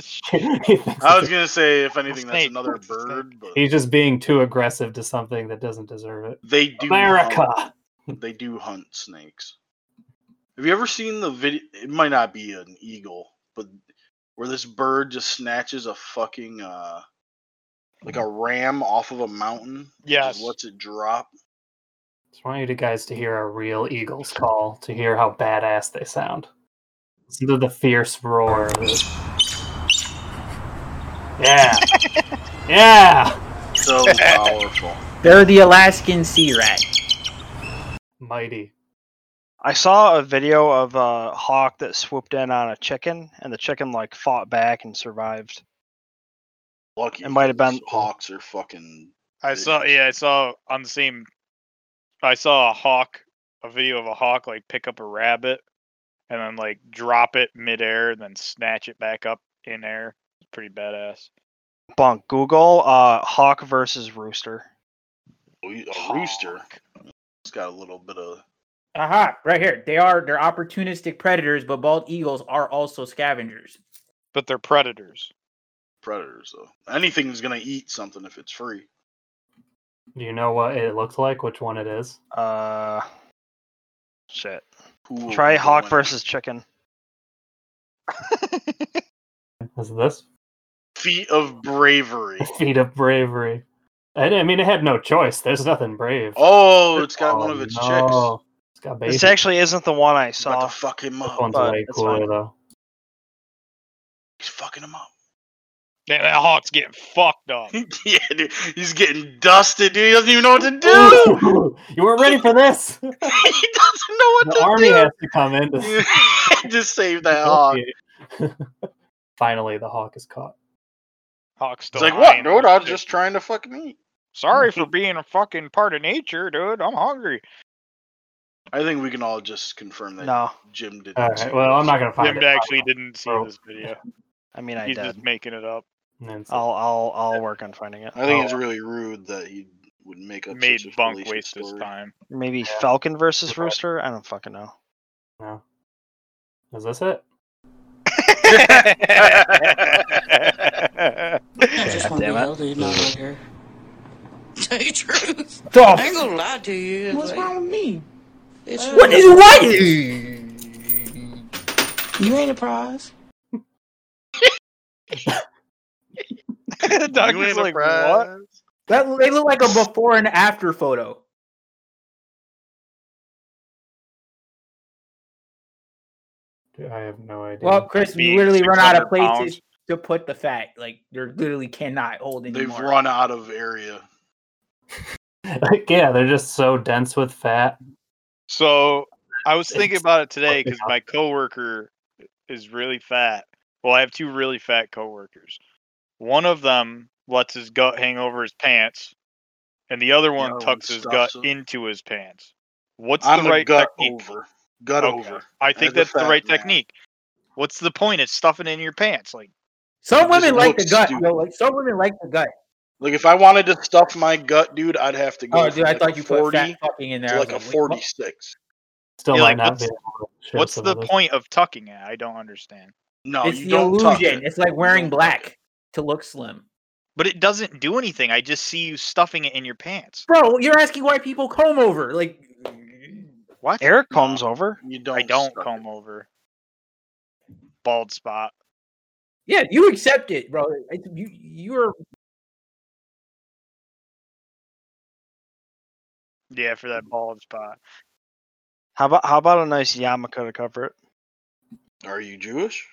S4: was gonna say, if anything, that's
S12: Snake.
S4: another bird, but
S5: He's just being too aggressive to something that doesn't deserve it.
S4: they do
S5: America.
S4: Hunt, they do hunt snakes. Have you ever seen the video? It might not be an eagle, but where this bird just snatches a fucking uh, like a ram off of a mountain.
S10: Yes.
S4: Just lets it drop.
S5: Just want you guys to hear a real eagle's call to hear how badass they sound. Listen to the fierce roar. of it. Yeah. yeah.
S4: So powerful.
S2: They're the Alaskan sea rat.
S5: Mighty.
S8: I saw a video of a hawk that swooped in on a chicken, and the chicken like fought back and survived.
S4: Lucky.
S8: It might have been
S4: Hawks are fucking.
S10: I saw. Yeah, I saw on the same. I saw a hawk, a video of a hawk like pick up a rabbit, and then like drop it midair, and then snatch it back up in air. It's pretty badass.
S8: bunk. Google uh, hawk versus rooster.
S4: A rooster. It's got a little bit of.
S2: Aha, right here. They are they're opportunistic predators, but bald eagles are also scavengers.
S10: But they're predators.
S4: predators though. Anything's gonna eat something if it's free.
S5: Do you know what it looks like? Which one it is?
S8: Uh, shit.
S4: Who will
S8: Try
S4: be the
S8: hawk
S4: winner?
S8: versus chicken.
S5: Is this
S4: Feet of bravery.
S5: feat of bravery? I, I mean, it had no choice. There's nothing brave.
S4: Oh, it's got one of its chicks.
S5: no. It's got baby.
S8: This actually isn't the one I
S4: About
S8: saw.
S4: to fuck him
S5: This
S4: up.
S5: one's
S8: but
S5: way
S8: it's
S5: cooler
S8: fine.
S5: though.
S4: He's fucking him up.
S10: Damn, that hawk's getting fucked up.
S4: yeah, dude. He's getting dusted, dude. He doesn't even know what to do.
S5: you weren't ready for this.
S4: he doesn't know what
S5: The
S4: to
S5: army
S4: do.
S5: has to come in to
S4: Just save that hawk.
S5: Finally, the hawk is caught.
S10: Hawk's still.
S4: It's like
S10: lying
S4: what,
S10: on
S4: dude? I was
S10: shit.
S4: just trying to fucking eat.
S10: Sorry for being a fucking part of nature, dude. I'm hungry.
S4: I think we can all just confirm that
S8: No,
S4: Jim did.
S5: All right. Well, I'm not gonna find
S10: Jim
S5: it.
S10: actually didn't see
S5: Oh.
S10: this video.
S8: I mean I
S10: He's
S8: did.
S10: just making it up.
S5: And so-
S8: I'll I'll I'll work on finding it. Oh,
S4: I think it's really rude that he would make up
S10: Made
S4: such a
S10: Bunk
S4: fallacious
S10: waste his
S4: story.
S10: time.
S8: Maybe
S5: Yeah.
S8: falcon versus
S5: Yeah.
S8: rooster. I don't fucking know.
S5: No. Is this it?
S13: I just want to be
S8: damn it.
S13: healthy, not out here. Tell you the truth. I ain't gonna lie to you. What's wrong with me? It's
S2: What is what?
S13: You ain't a prize.
S4: You ain't
S10: Doug's
S4: a
S10: like,
S4: prize.
S10: what?
S2: That they look like a before and after photo.
S5: Dude, I have no idea.
S2: Well, Chris, we
S10: Being
S2: literally run out of
S10: 600 pounds.
S2: places to put the fat. Like they are literally cannot hold
S4: They've
S2: anymore.
S4: run out of area.
S5: Like, yeah, they're just so dense with fat.
S10: So I was thinking
S5: It's
S10: about it today because
S5: fucking
S10: my coworker is really fat. Well, I have two really fat coworkers. One of them lets his gut hang over his pants, and the other one
S4: other one
S10: tucks his gut
S4: stuffs it.
S10: into his pants. What's
S4: I'm
S10: the
S4: a
S10: right
S4: gut
S10: technique?
S4: over. Gut
S10: Okay,
S4: over.
S10: I
S4: As
S10: think
S4: a
S10: that's the
S4: fat
S10: right
S4: man.
S10: technique. What's the point of stuffing it in your pants? Like,
S2: Some
S4: It just
S2: women like the
S4: looks
S2: gut.
S4: stupid.
S2: Yo, like some women like the gut.
S4: Like if I wanted to stuff my gut, dude, I'd have to go.
S2: Oh, dude,
S4: from
S2: I
S4: like a
S2: thought you put
S4: 40
S2: fat fucking in there.
S4: to
S2: I
S4: like
S2: was
S4: a
S2: wait, what?
S4: forty-six.
S5: Still
S10: Yeah,
S5: might
S10: like,
S5: not
S10: what's-
S5: be. able to share
S10: what's
S5: some
S10: the
S5: of this.
S10: point of tucking it? I don't understand.
S4: No,
S2: It's
S4: you
S2: the
S4: don't touch
S2: illusion.
S4: it.
S2: It's like wearing
S4: don't touch
S2: black to look slim.
S10: But it doesn't do anything. I just see you stuffing it in your pants.
S2: Bro, you're asking why people comb over. Like
S10: What?
S8: Eric comes over.
S4: You don't.
S10: I don't
S4: stuff
S10: comb over. bald spot.
S2: Yeah, you accept it, bro. It's- You you are
S10: Yeah, for that bald spot.
S8: How about how about a nice yarmulke to cover it?
S4: Are you Jewish?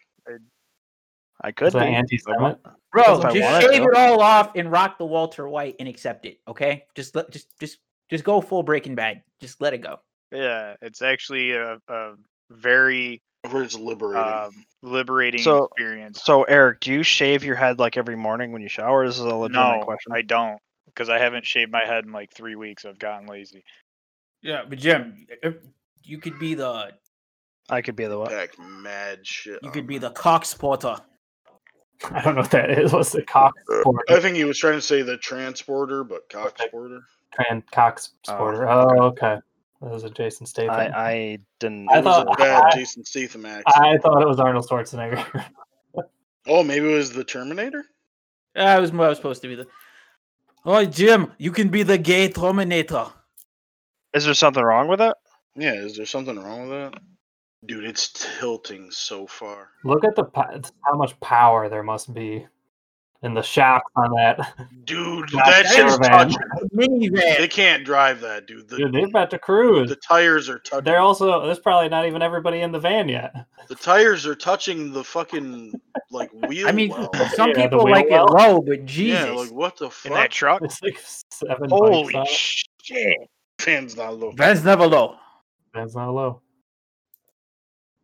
S8: I could
S5: that
S8: be.
S5: anti-Semite?
S2: bro.
S8: If I wanted
S2: Just shave
S8: to.
S2: it all off and rock the Walter White and accept it. Okay, just let just just just go full Breaking Bad. Just let it go.
S10: Yeah, it's actually a, a very um,
S4: liberating,
S10: Uh, liberating
S8: So-
S10: experience.
S8: So Eric, do you shave your head like every morning when you shower? This is a legitimate
S10: No,
S8: question.
S10: I don't because I haven't shaved my head in like three weeks. I've gotten lazy.
S2: Yeah, but Jim, if- you could be the
S8: I could be the what?
S4: Back mad shit.
S2: you could be the cock spotter.
S5: I don't know what that is. What's the cock sport?
S4: Uh, I think he was trying to say the transporter, but cock sporter.
S5: Tran cock sporter. Oh, okay. That was a Jason Statham.
S4: Uh, I-
S8: I didn't.
S5: I
S4: It was a
S5: thought
S4: bad
S5: I,
S4: Jason Statham accent.
S5: I thought it was Arnold Schwarzenegger.
S4: oh, maybe it was the Terminator.
S2: I was I was supposed to be the. Oh, Jim, you can be the gay terminator.
S8: Is there something wrong with it?
S4: Yeah, is there something wrong with that? Dude, it's tilting so far.
S5: Look at the po- how much power there must be, and the shock on that.
S4: Dude,
S5: Not
S4: that shit's
S5: caravan.
S4: touching. They can't drive that, dude. The,
S5: Dude, they're about to cruise.
S4: the tires are touching.
S5: They're also there's probably not even everybody in the van yet.
S4: The tires are touching the fucking like wheel.
S2: I mean,
S4: well.
S2: some
S5: Yeah, the
S2: people
S5: wheel
S2: like
S5: well.
S2: it low, but
S4: Yeah,
S2: Jesus,
S4: like what the
S10: In
S4: fuck?
S10: that truck.
S5: It's like seven.
S10: Holy
S5: bikes out.
S10: shit!
S4: Van's not low.
S2: that's never low.
S5: That's not low.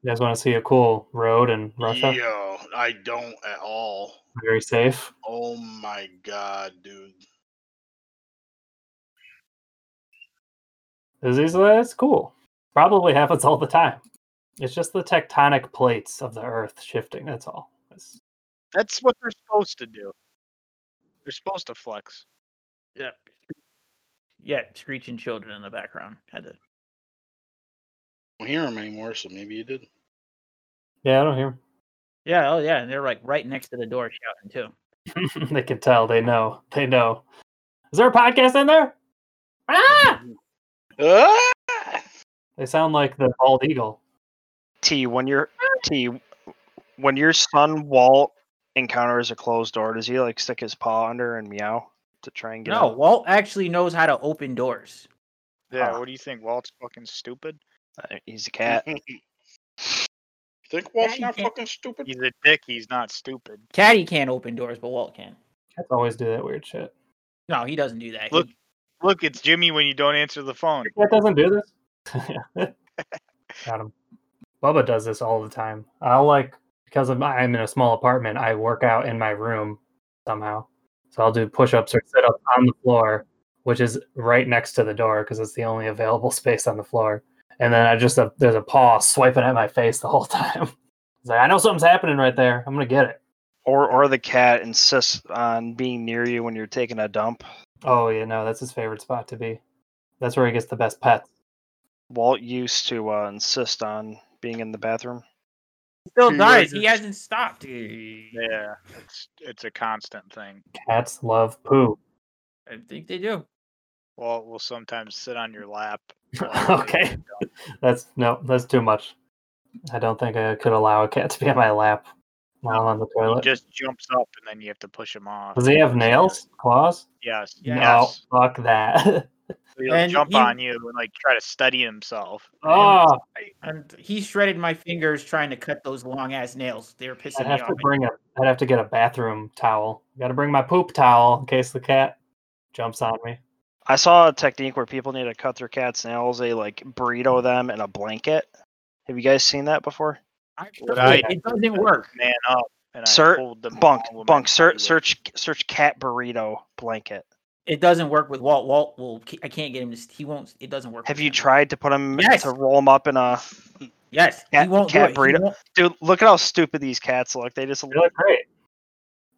S5: You guys want to see a cool road in Russia?
S4: Yo, I don't at all.
S5: Very safe.
S4: Oh my god, dude.
S5: It's, it's, it's cool. Probably happens all the time. It's just the tectonic plates of the Earth shifting. That's all. It's-
S10: That's what they're supposed to do. They're supposed to flex.
S2: Yeah. Yeah, screeching children in the background. Had to.
S4: I don't hear him anymore, so maybe you did.
S5: yeah, I don't hear.
S2: Yeah, oh yeah, and they're like right next to the door shouting too.
S5: 'em. they can tell. They know. They know. Is there a podcast in there? Ah! They sound like the bald eagle.
S8: T when your T when your son Walt encounters a closed door, does he like stick his paw under and meow to try and get
S2: No,
S8: out?
S2: Walt actually knows how to open doors.
S10: Yeah. What do you think? Walt's fucking stupid.
S8: Uh, He's a cat.
S4: Think
S10: Walt's not
S4: fucking stupid?
S10: He's a dick. He's not stupid.
S2: Caddy can't open doors, but Walt can.
S5: Cats always do that weird shit.
S2: No, he doesn't do that. He-
S10: Look, look, it's Jimmy when you don't answer the phone.
S5: That doesn't do this. Got him. Bubba does this all the time. I'll like because I'm, I'm in a small apartment. I work out in my room somehow, so I'll do push-ups or sit-ups on the floor, which is right next to the door because it's the only available space on the floor. And then I just uh, there's a paw swiping at my face the whole time. It's like I know something's happening right there. I'm gonna get it.
S8: Or or the cat insists on being near you when you're taking a dump.
S5: Oh yeah, no, that's his favorite spot to be. That's where he gets the best pets.
S8: Walt used to uh, insist on being in the bathroom.
S2: still
S10: He
S2: dies.
S10: raises-
S2: He hasn't stopped.
S10: Yeah, it's it's a constant thing.
S5: Cats love poo.
S2: I think they do.
S10: Walt will sometimes sit on your lap. while they-
S5: okay. That's no, that's too much. I don't think I could allow a cat to be on my lap while I'm on the
S10: He
S5: toilet.
S10: just jumps up and then you have to push him off.
S5: Does he have nails? Claws?
S10: Yes.
S5: No,
S10: Yes.
S5: fuck that.
S10: So he'll
S2: And
S10: jump
S2: he-
S10: on you and like try to study himself.
S5: oh,
S2: And he shredded my fingers trying to cut those long ass nails. They were
S5: I'd
S2: pissing me
S5: have to
S2: off.
S5: bring a I'd have to get a bathroom towel. Gotta bring my poop towel in case the cat jumps on me.
S8: I saw a technique where people need to cut their cat's nails. They like burrito them in a blanket. Have you guys seen that before?
S10: But
S2: I-
S10: I
S2: it doesn't work.
S10: man up and I
S8: Sir,
S10: pulled them
S8: bunk,
S10: all in my
S8: bunk. Ser-
S10: body
S8: search, search cat burrito blanket.
S2: It doesn't work with Walt. Walt will. I can't get him to. s- He won't. It doesn't work.
S8: Have
S2: with
S8: you
S2: him.
S8: tried to put them
S2: Yes.
S8: to roll them up in a
S2: Yes.
S8: cat,
S2: he won't do
S8: cat
S2: it. He
S8: burrito?
S2: won't-
S8: Dude, look at how stupid these cats look. They just
S5: They look great.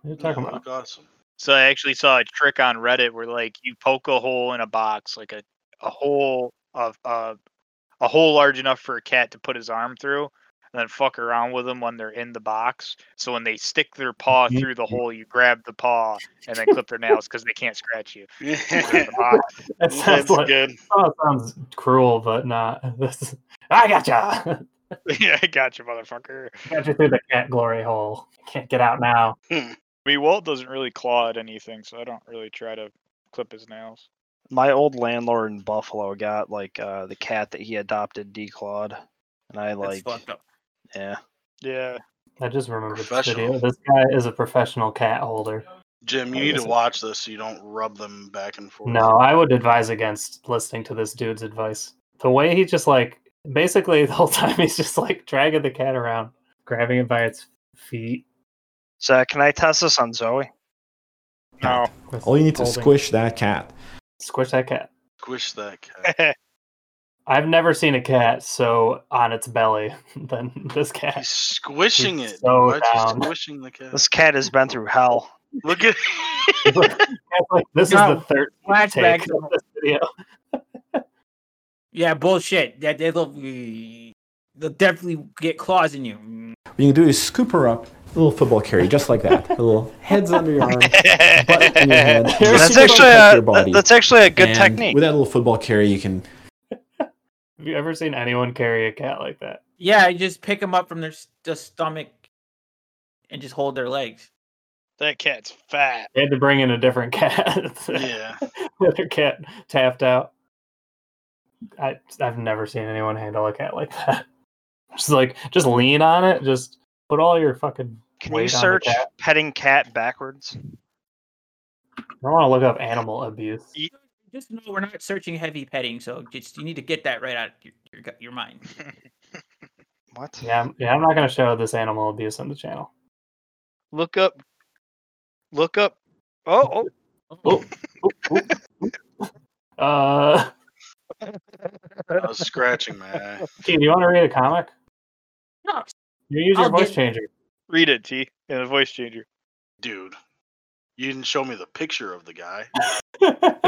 S5: What are you talking about?
S4: Look awesome.
S10: So I actually saw a trick on Reddit where like you poke a hole in a box, like a, a hole of uh, a hole large enough for a cat to put his arm through, and then fuck around with them when they're in the box. So when they stick their paw through the hole, you grab the paw and then clip their nails because they can't scratch you. They're in the box.
S5: That sounds
S4: That's
S5: like
S4: good.
S5: oh, it sounds cruel, but not. This is- I gotcha.
S10: yeah, I got you, motherfucker.
S5: Got you through the cat glory hole. Can't get out now.
S10: I mean, Walt doesn't really claw at anything, so I don't really try to clip his nails.
S8: My old landlord in Buffalo got like uh, the cat that he adopted declawed, and I like
S2: fucked up.
S8: yeah.
S10: Yeah.
S5: I just remembered this
S4: Professional.
S5: video. This guy is a professional cat holder.
S4: Jim, you need to watch this so you don't rub them back and forth.
S5: No, I would advise against listening to this dude's advice. The way he just like basically the whole time he's just like dragging the cat around, grabbing it by its feet.
S8: So can I test this on Zoe?
S10: No.
S14: All you need to
S5: Holding.
S14: squish that cat.
S5: Squish that cat.
S4: Squish that cat.
S5: I've never seen a cat so on its belly than this cat. He's
S4: squishing it.
S5: So
S4: Why'd you
S5: down.
S4: squishing the cat?
S8: This cat has been through hell.
S4: Look at
S5: this
S2: No,
S5: is the third
S2: flashback.
S5: take of this video.
S2: Yeah, bullshit. That they'll they'll definitely get claws in you. Mm.
S14: What you can do is scoop her up, a little football carry, just like that. A little heads under your arm, butt in your head.
S8: That's
S14: Just
S8: actually
S14: protect
S8: a
S14: your body.
S8: that's actually a good
S14: And
S8: technique.
S14: With that little football carry, you can
S5: Have you ever seen anyone carry a cat like that?
S2: Yeah, you just pick them up from their s- just stomach and just hold their legs.
S10: That cat's fat.
S5: They had to bring in a different cat.
S4: Yeah.
S5: The other cat tapped out. I I've never seen anyone handle a cat like that. Just like just lean on it. Just put all your fucking
S8: Can
S5: weight
S8: you
S5: on the
S8: search
S5: cat.
S8: petting cat backwards?
S5: I want to look up animal abuse.
S2: Just know we're not searching heavy petting, so just you need to get that right out of your your, gut- your mind.
S8: What?
S5: Yeah, I'm- yeah. I'm not gonna show this animal abuse on the channel.
S12: Look up. Look up. Oh,
S5: oh. Uh,
S4: I was scratching my eye.
S5: Gene, you want to read a comic?
S2: No.
S5: You use your
S4: I'll
S5: voice
S4: get-
S5: changer.
S10: Read it, T, in a voice changer.
S4: Dude, you didn't show me the picture of the guy.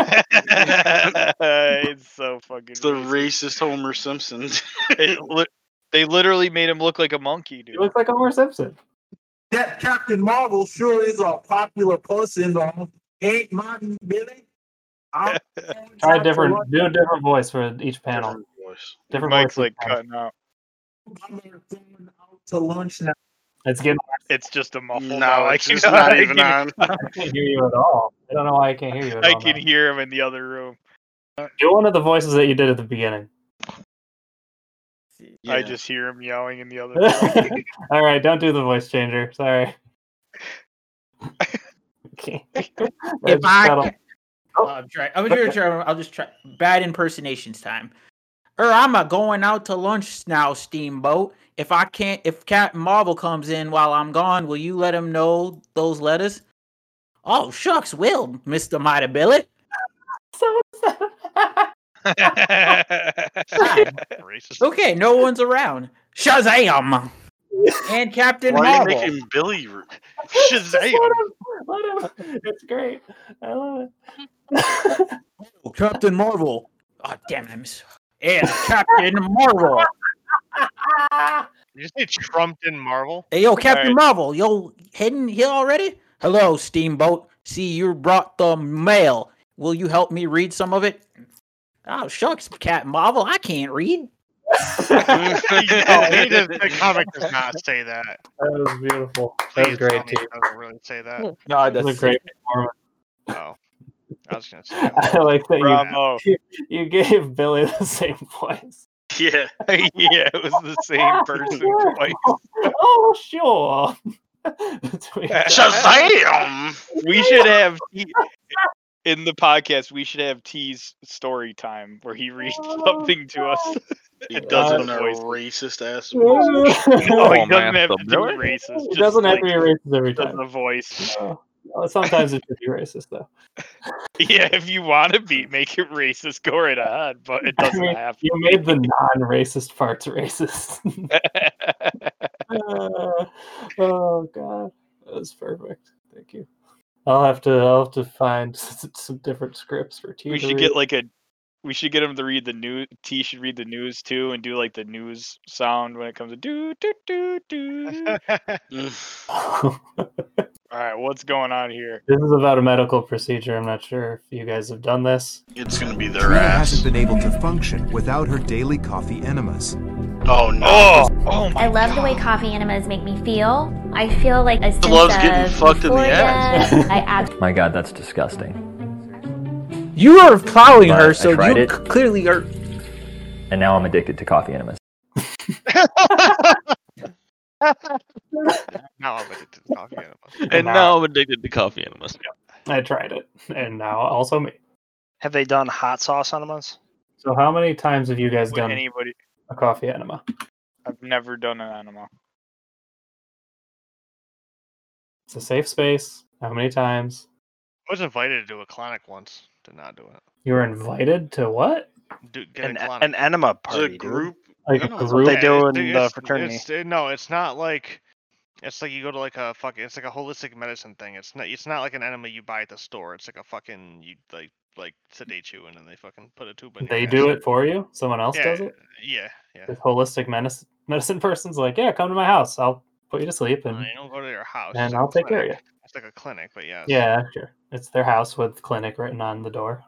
S10: it's so fucking.
S4: It's the racist Homer Simpson.
S10: It li- they literally made him look like a monkey, dude.
S5: He looks like Homer Simpson.
S15: That Captain Marvel sure is a popular person, though. Ain't Martin Billy? I'm
S5: Try a different, do a different voice for each panel. Different
S4: voice.
S5: Different
S10: Mike's
S5: voice
S10: like
S5: each panel.
S10: cutting out.
S15: to lunch now.
S5: It's getting.
S10: It's just a muffled.
S4: No,
S10: now. I
S4: it's
S10: can-
S4: just not
S10: I
S4: even
S10: can-
S5: I can't hear you at all. I don't know why I can't hear you. At
S10: I
S5: all
S10: can
S5: now.
S10: hear him in the other room.
S5: Do one of the voices that you did at the beginning.
S10: I just hear him yelling in the other room.
S5: all right, don't do the voice changer. Sorry. Okay.
S2: If I,
S5: Settle.
S2: I'm, try, I'm gonna try. I'll just try bad impersonations time. Or I'm a going out to lunch now, Steamboat. If I can't, if Captain Marvel comes in while I'm gone, will you let him know those letters? Oh shucks, will Mister Mighty Billy? Okay, no one's around. Shazam! And Captain
S4: Why are you
S2: Marvel.
S4: making Billy r-
S5: Let
S4: Shazam?
S5: him- let him- It's great. I love it.
S2: Captain Marvel. Oh damn it! I'm so- And Captain Marvel.
S12: Did you say trumped in Marvel?
S2: Hey, yo, Captain Marvel, yo, heading here already? Hello, Steamboat. See, you brought the mail. Will you help me read some of it? Oh, shucks, Captain Marvel, I can't read.
S12: no, he does, the comic does not say that.
S5: That was beautiful. That was
S12: Please tell
S5: great
S12: me
S5: too.
S12: it doesn't really say that.
S5: No, it was a great performance.
S12: Oh, I was gonna say.
S5: I like that
S10: Bravo.
S5: you, you gave Billy the same voice.
S4: Yeah,
S10: yeah, it was the same person twice.
S5: Ah, Oh, sure.
S4: Shazam!
S10: We should have T- in the podcast. We should have T's story time where he reads
S5: Oh
S10: something to us.
S4: He
S10: It
S4: does it in a
S10: voice.
S4: racist ass voice.
S5: no,
S10: No, he doesn't have to be racist.
S5: It
S10: just
S5: doesn't have
S10: like,
S5: to be racist every
S10: does
S5: time.
S10: the voice.
S5: Well, Sometimes it could be racist though.
S10: Yeah, if you want to be, make it racist. Go right ahead, but it
S5: I
S10: doesn't
S5: mean,
S10: have
S5: you
S10: to.
S5: made the non-racist parts racist. Uh, oh god, that was perfect. Thank you. I'll have to. I'll have to find s- s- some different scripts for TV.
S10: We should get like a. We should get him to read the news. T should read the news too, and do like the news sound when it comes to do do do do. All right, what's going on here?
S5: This is about a medical procedure. I'm not sure if you guys have done this.
S4: It's gonna be
S16: Trina hasn't been able to function without her daily coffee enemas.
S4: Oh no!
S16: Oh, I love the way coffee enemas make me feel. I feel like a sense
S4: Loves getting
S16: of
S4: fucked in the
S16: euphoria.
S4: ass.
S16: I ab-
S17: My God, that's disgusting.
S2: You are plowing
S17: But I
S2: her, so you
S17: tried it.
S2: c- clearly are.
S17: And now I'm addicted to coffee enemas.
S9: Now I'm addicted to coffee animals.
S5: And
S9: And
S5: now-
S9: now I'm addicted to coffee animals.
S5: I tried it, and now also me.
S8: Have they done hot sauce enemas?
S5: So, how many times have you guys
S10: Would
S5: done
S10: anybody?
S5: a coffee enema?
S10: I've never done an enema.
S5: It's a safe space. How many times
S12: I was invited to do a clinic once. Did not do it.
S5: you were invited to what?
S12: Do, get
S8: An,
S12: a
S8: an
S12: clinic.
S8: enema
S4: It's a
S8: party. dude.
S4: group.
S5: Like
S12: No,
S5: a
S12: no, it's
S5: group?
S8: They do
S12: Dude,
S8: in the
S12: it's-
S8: fraternity.
S12: it's- it- no, it's not like it's like you go to like a fucking it's like a holistic medicine thing. It's not it's not like an enema you buy at the store. It's like a fucking you like like sedate you and then they fucking put a tube in. your
S5: They
S12: ass.
S5: do it for you. Someone else
S12: yeah,
S5: does it.
S12: Yeah, yeah.
S5: This holistic medicine medicine person's like, yeah, come to my house. I'll put you to sleep and
S12: You don't go to their house.
S5: and
S12: it's like
S5: I'll
S12: a
S5: take care of
S12: clinic. It's like a clinic, but yeah. it's-
S5: yeah, sure. It's their house with clinic written on the door.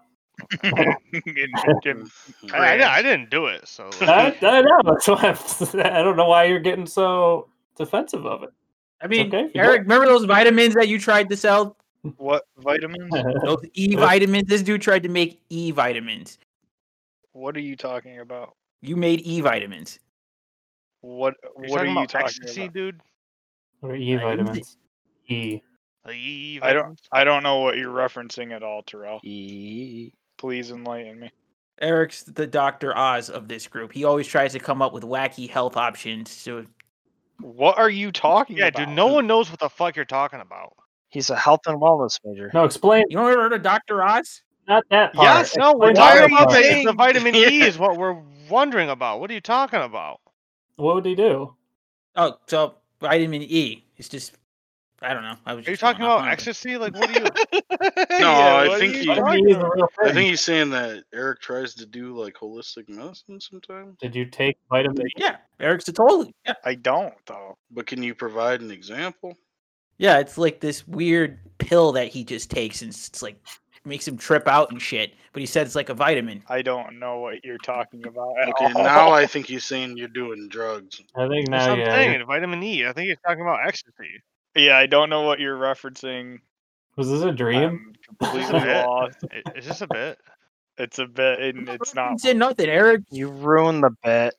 S12: I, I, di- I didn't do it, so
S5: I,
S12: like,
S5: I know. That's why I'm, I don't know why you're getting so defensive of it.
S2: I mean,
S5: okay if you
S2: Eric, remember those vitamins that you tried to sell?
S10: What vitamins?
S2: Those E vitamins. This dude tried to make E vitamins.
S10: What are you talking about?
S2: You made E vitamins.
S10: What
S12: You're
S10: What are
S12: talking
S10: you
S12: about
S10: talking
S12: ecstasy,
S10: about?
S12: dude?
S5: What are E vitamins? E.
S12: Like, e-
S10: I don't. I don't know what you're referencing at all, Terrell. Please enlighten me.
S2: Eric's the Dr. Oz of this group. He always tries to come up with wacky health options. To
S10: What are you talking
S12: Yeah, dude. No one knows what the fuck you're talking about.
S8: He's a health and wellness major.
S5: No, explain.
S2: you ever heard of Dr. Oz?
S5: Not that part.
S12: Yes, no, we're
S5: Explain
S12: talking
S5: that
S12: about
S5: part.
S12: the, the vitamin E is what we're wondering about. What are you talking about?
S5: What would he do?
S2: Oh, so vitamin E. It's just I don't know. I was
S12: Are you
S2: just going
S12: talking
S2: off
S12: about
S2: on a-
S12: ecstasy? Like, what are you?
S4: No,
S12: Yeah, what
S4: I
S12: are
S4: think
S12: you
S4: he.
S12: talking about?
S4: I think he's saying that Eric tries to do like holistic medicine sometimes.
S5: Did you take vitamin E?
S2: Yeah, Eric's a total. Yeah.
S10: I don't though.
S4: But can you provide an example?
S2: yeah, it's like this weird pill that he just takes and it's like makes him trip out and shit. But he said it's like a vitamin.
S10: I don't know what you're talking about. At
S4: Okay,
S10: all.
S4: now I think he's saying you're doing drugs.
S5: I think
S12: That's
S5: now
S12: what I'm saying,
S5: yeah.
S12: Vitamin E. I think he's talking about ecstasy.
S10: Yeah, I don't know what you're referencing.
S5: Was this a dream?
S12: Is
S10: Completely
S12: it?
S10: lost.
S12: I- Is this a bit?
S10: It's a bit, and it's not.
S2: It's in nothing, Eric.
S8: You ruined the bit.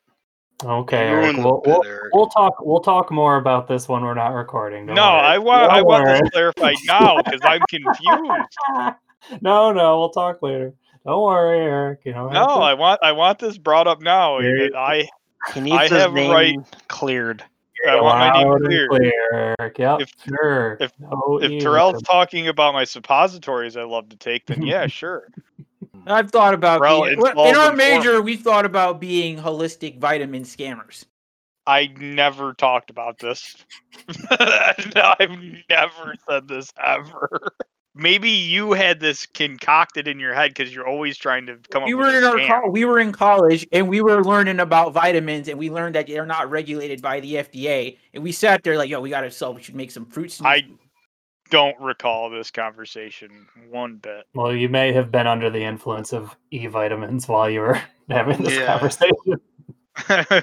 S5: Okay,
S10: You
S5: Eric.
S10: ruined the
S5: We'll,
S10: bit,
S5: we'll,
S10: Eric.
S5: we'll talk. We'll talk more about this when we're not recording.
S10: No, I want. I want this clarified now because I'm confused.
S5: this. No, no, we'll talk later. Don't worry, Eric. You know.
S10: No, I want. I want this brought up now.
S5: Very-
S10: and I.
S8: He
S10: I
S8: needs his
S10: have a
S8: name
S10: right-
S8: cleared.
S10: I want my name cleared.
S5: clear. Eric. Yep.
S10: If-
S5: sure.
S10: if-
S5: no
S10: If
S5: E.
S10: Terrell's talking about my suppositories I love to take, then yeah, sure.
S2: I've thought about
S10: Well,
S2: being,
S10: Mm. it's
S2: well, in our
S10: all
S2: major.
S10: informed.
S2: We thought about being holistic vitamin scammers.
S10: I never talked about this. I've never said this ever. Maybe you had this concocted in your head because you're always trying to come
S2: we
S10: up
S2: were
S10: with
S2: in
S10: a
S2: our
S10: scam.
S2: col- we were in college and we were learning about vitamins and we learned that they're not regulated by the FDA and we sat there like yo we gotta sell we should make some fruit
S10: I
S2: smoothies.
S10: don't recall this conversation one bit.
S5: Well, you may have been under the influence of E vitamins while you were having this
S10: Yeah.
S5: conversation.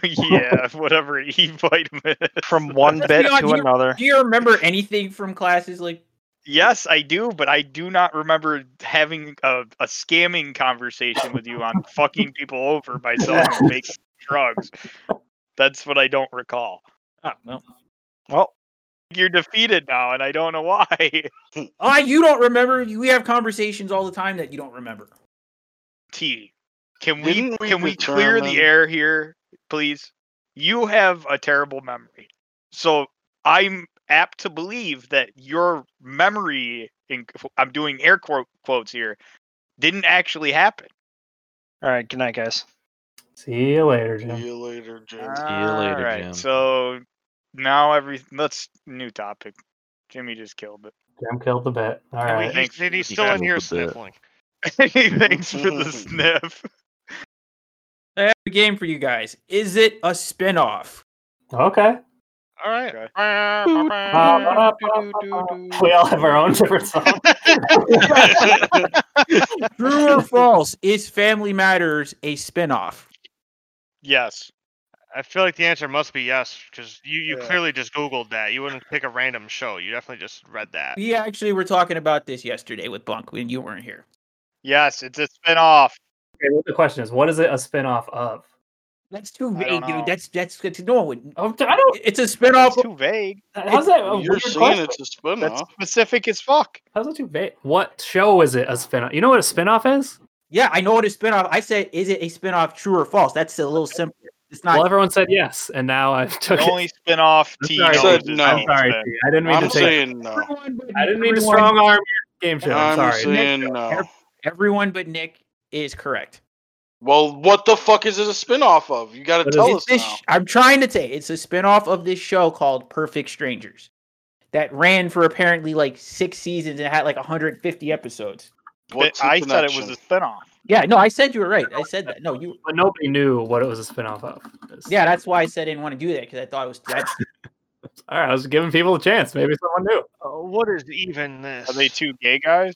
S10: yeah, whatever E vitamin. is.
S8: From one
S2: Let's be
S8: bit
S2: honest,
S8: to
S2: you-
S8: another.
S2: Do you remember anything from classes like
S10: Yes, I do, but I do not remember having a, a scamming conversation with you on fucking people over by selling fake drugs. That's what I don't recall.
S2: oh, no.
S8: Well,
S10: You're defeated now, and I don't know why.
S2: Ah, you don't remember You- we have conversations all the time that you don't remember.
S10: T, can we,
S4: Didn't we
S10: can we clear the
S4: determine-
S10: air here, please? You have a terrible memory, so I'm apt to believe that your memory, in, I'm doing air quote, quotes here, didn't actually happen.
S8: All right. Good night, guys.
S5: See you later,
S4: See
S5: Jim.
S4: you later, Jim.
S5: Ah.
S10: All right, so now every let's new topic. Jimmy just killed it.
S5: Jim killed the bet. All
S10: we
S5: right.
S10: Thanks.
S12: He's, and he's
S10: You
S12: still in
S10: guys will
S12: here
S10: put that-
S12: sniffling.
S10: Thanks for the sniff.
S2: I have a game for you guys. Is it a spinoff?
S5: Okay.
S12: All right.
S10: Okay.
S5: We all have our own different song.
S12: Uh,
S2: True or false? Is Family Matters a spinoff?
S10: Yes.
S12: I feel like the answer must be yes because you, you
S2: Yeah.
S12: clearly just Googled that. You wouldn't pick a random show. You definitely just read that.
S2: We actually were talking about this yesterday with Bunk when you weren't here.
S10: Yes, it's a spinoff.
S5: Okay, well, the question is, what is it a spinoff of?
S2: That's too
S5: I
S2: vague,
S5: don't know.
S2: dude. That's that's good to no one would.
S5: Oh, I don't.
S2: It's a spinoff.
S5: It's
S2: too
S10: vague.
S5: How's that? A Oh, weird question?
S10: That's specific as fuck.
S5: How's that too vague? What show is it a spinoff? You know what a spinoff is?
S2: Yeah, I know what a spinoff. I said, is it a spinoff? True or false? That's a little simpler. It's not.
S5: well, everyone said yes, and now I took
S10: The
S5: it.
S10: only spinoff
S5: I'm
S10: T
S5: sorry,
S10: knows
S5: T.
S10: is
S5: I'm
S10: T.
S5: sorry, T. I didn't mean
S10: I'm
S5: to take.
S10: saying
S4: no.
S5: I didn't mean
S2: Everyone-
S5: to strong arm your game show. I'm, sorry.
S2: Ev- Everyone but Nick is correct.
S4: Well, what the fuck is it a spin-off of? You got to
S2: It's
S4: tell us
S2: this-
S4: now.
S2: I'm trying to say it's a spinoff of this show called Perfect Strangers that ran for apparently like six seasons and had like 150 episodes.
S10: But I said it was a spinoff.
S2: Yeah, no, I said you were right. I said that. No, you.
S5: But nobody knew what it was a spinoff of.
S2: Yeah, that's why I said I didn't want to do that because I thought it was. That's,
S5: All right, I was giving people a chance. Maybe someone knew.
S12: Uh, what is even this?
S10: Are they two gay guys?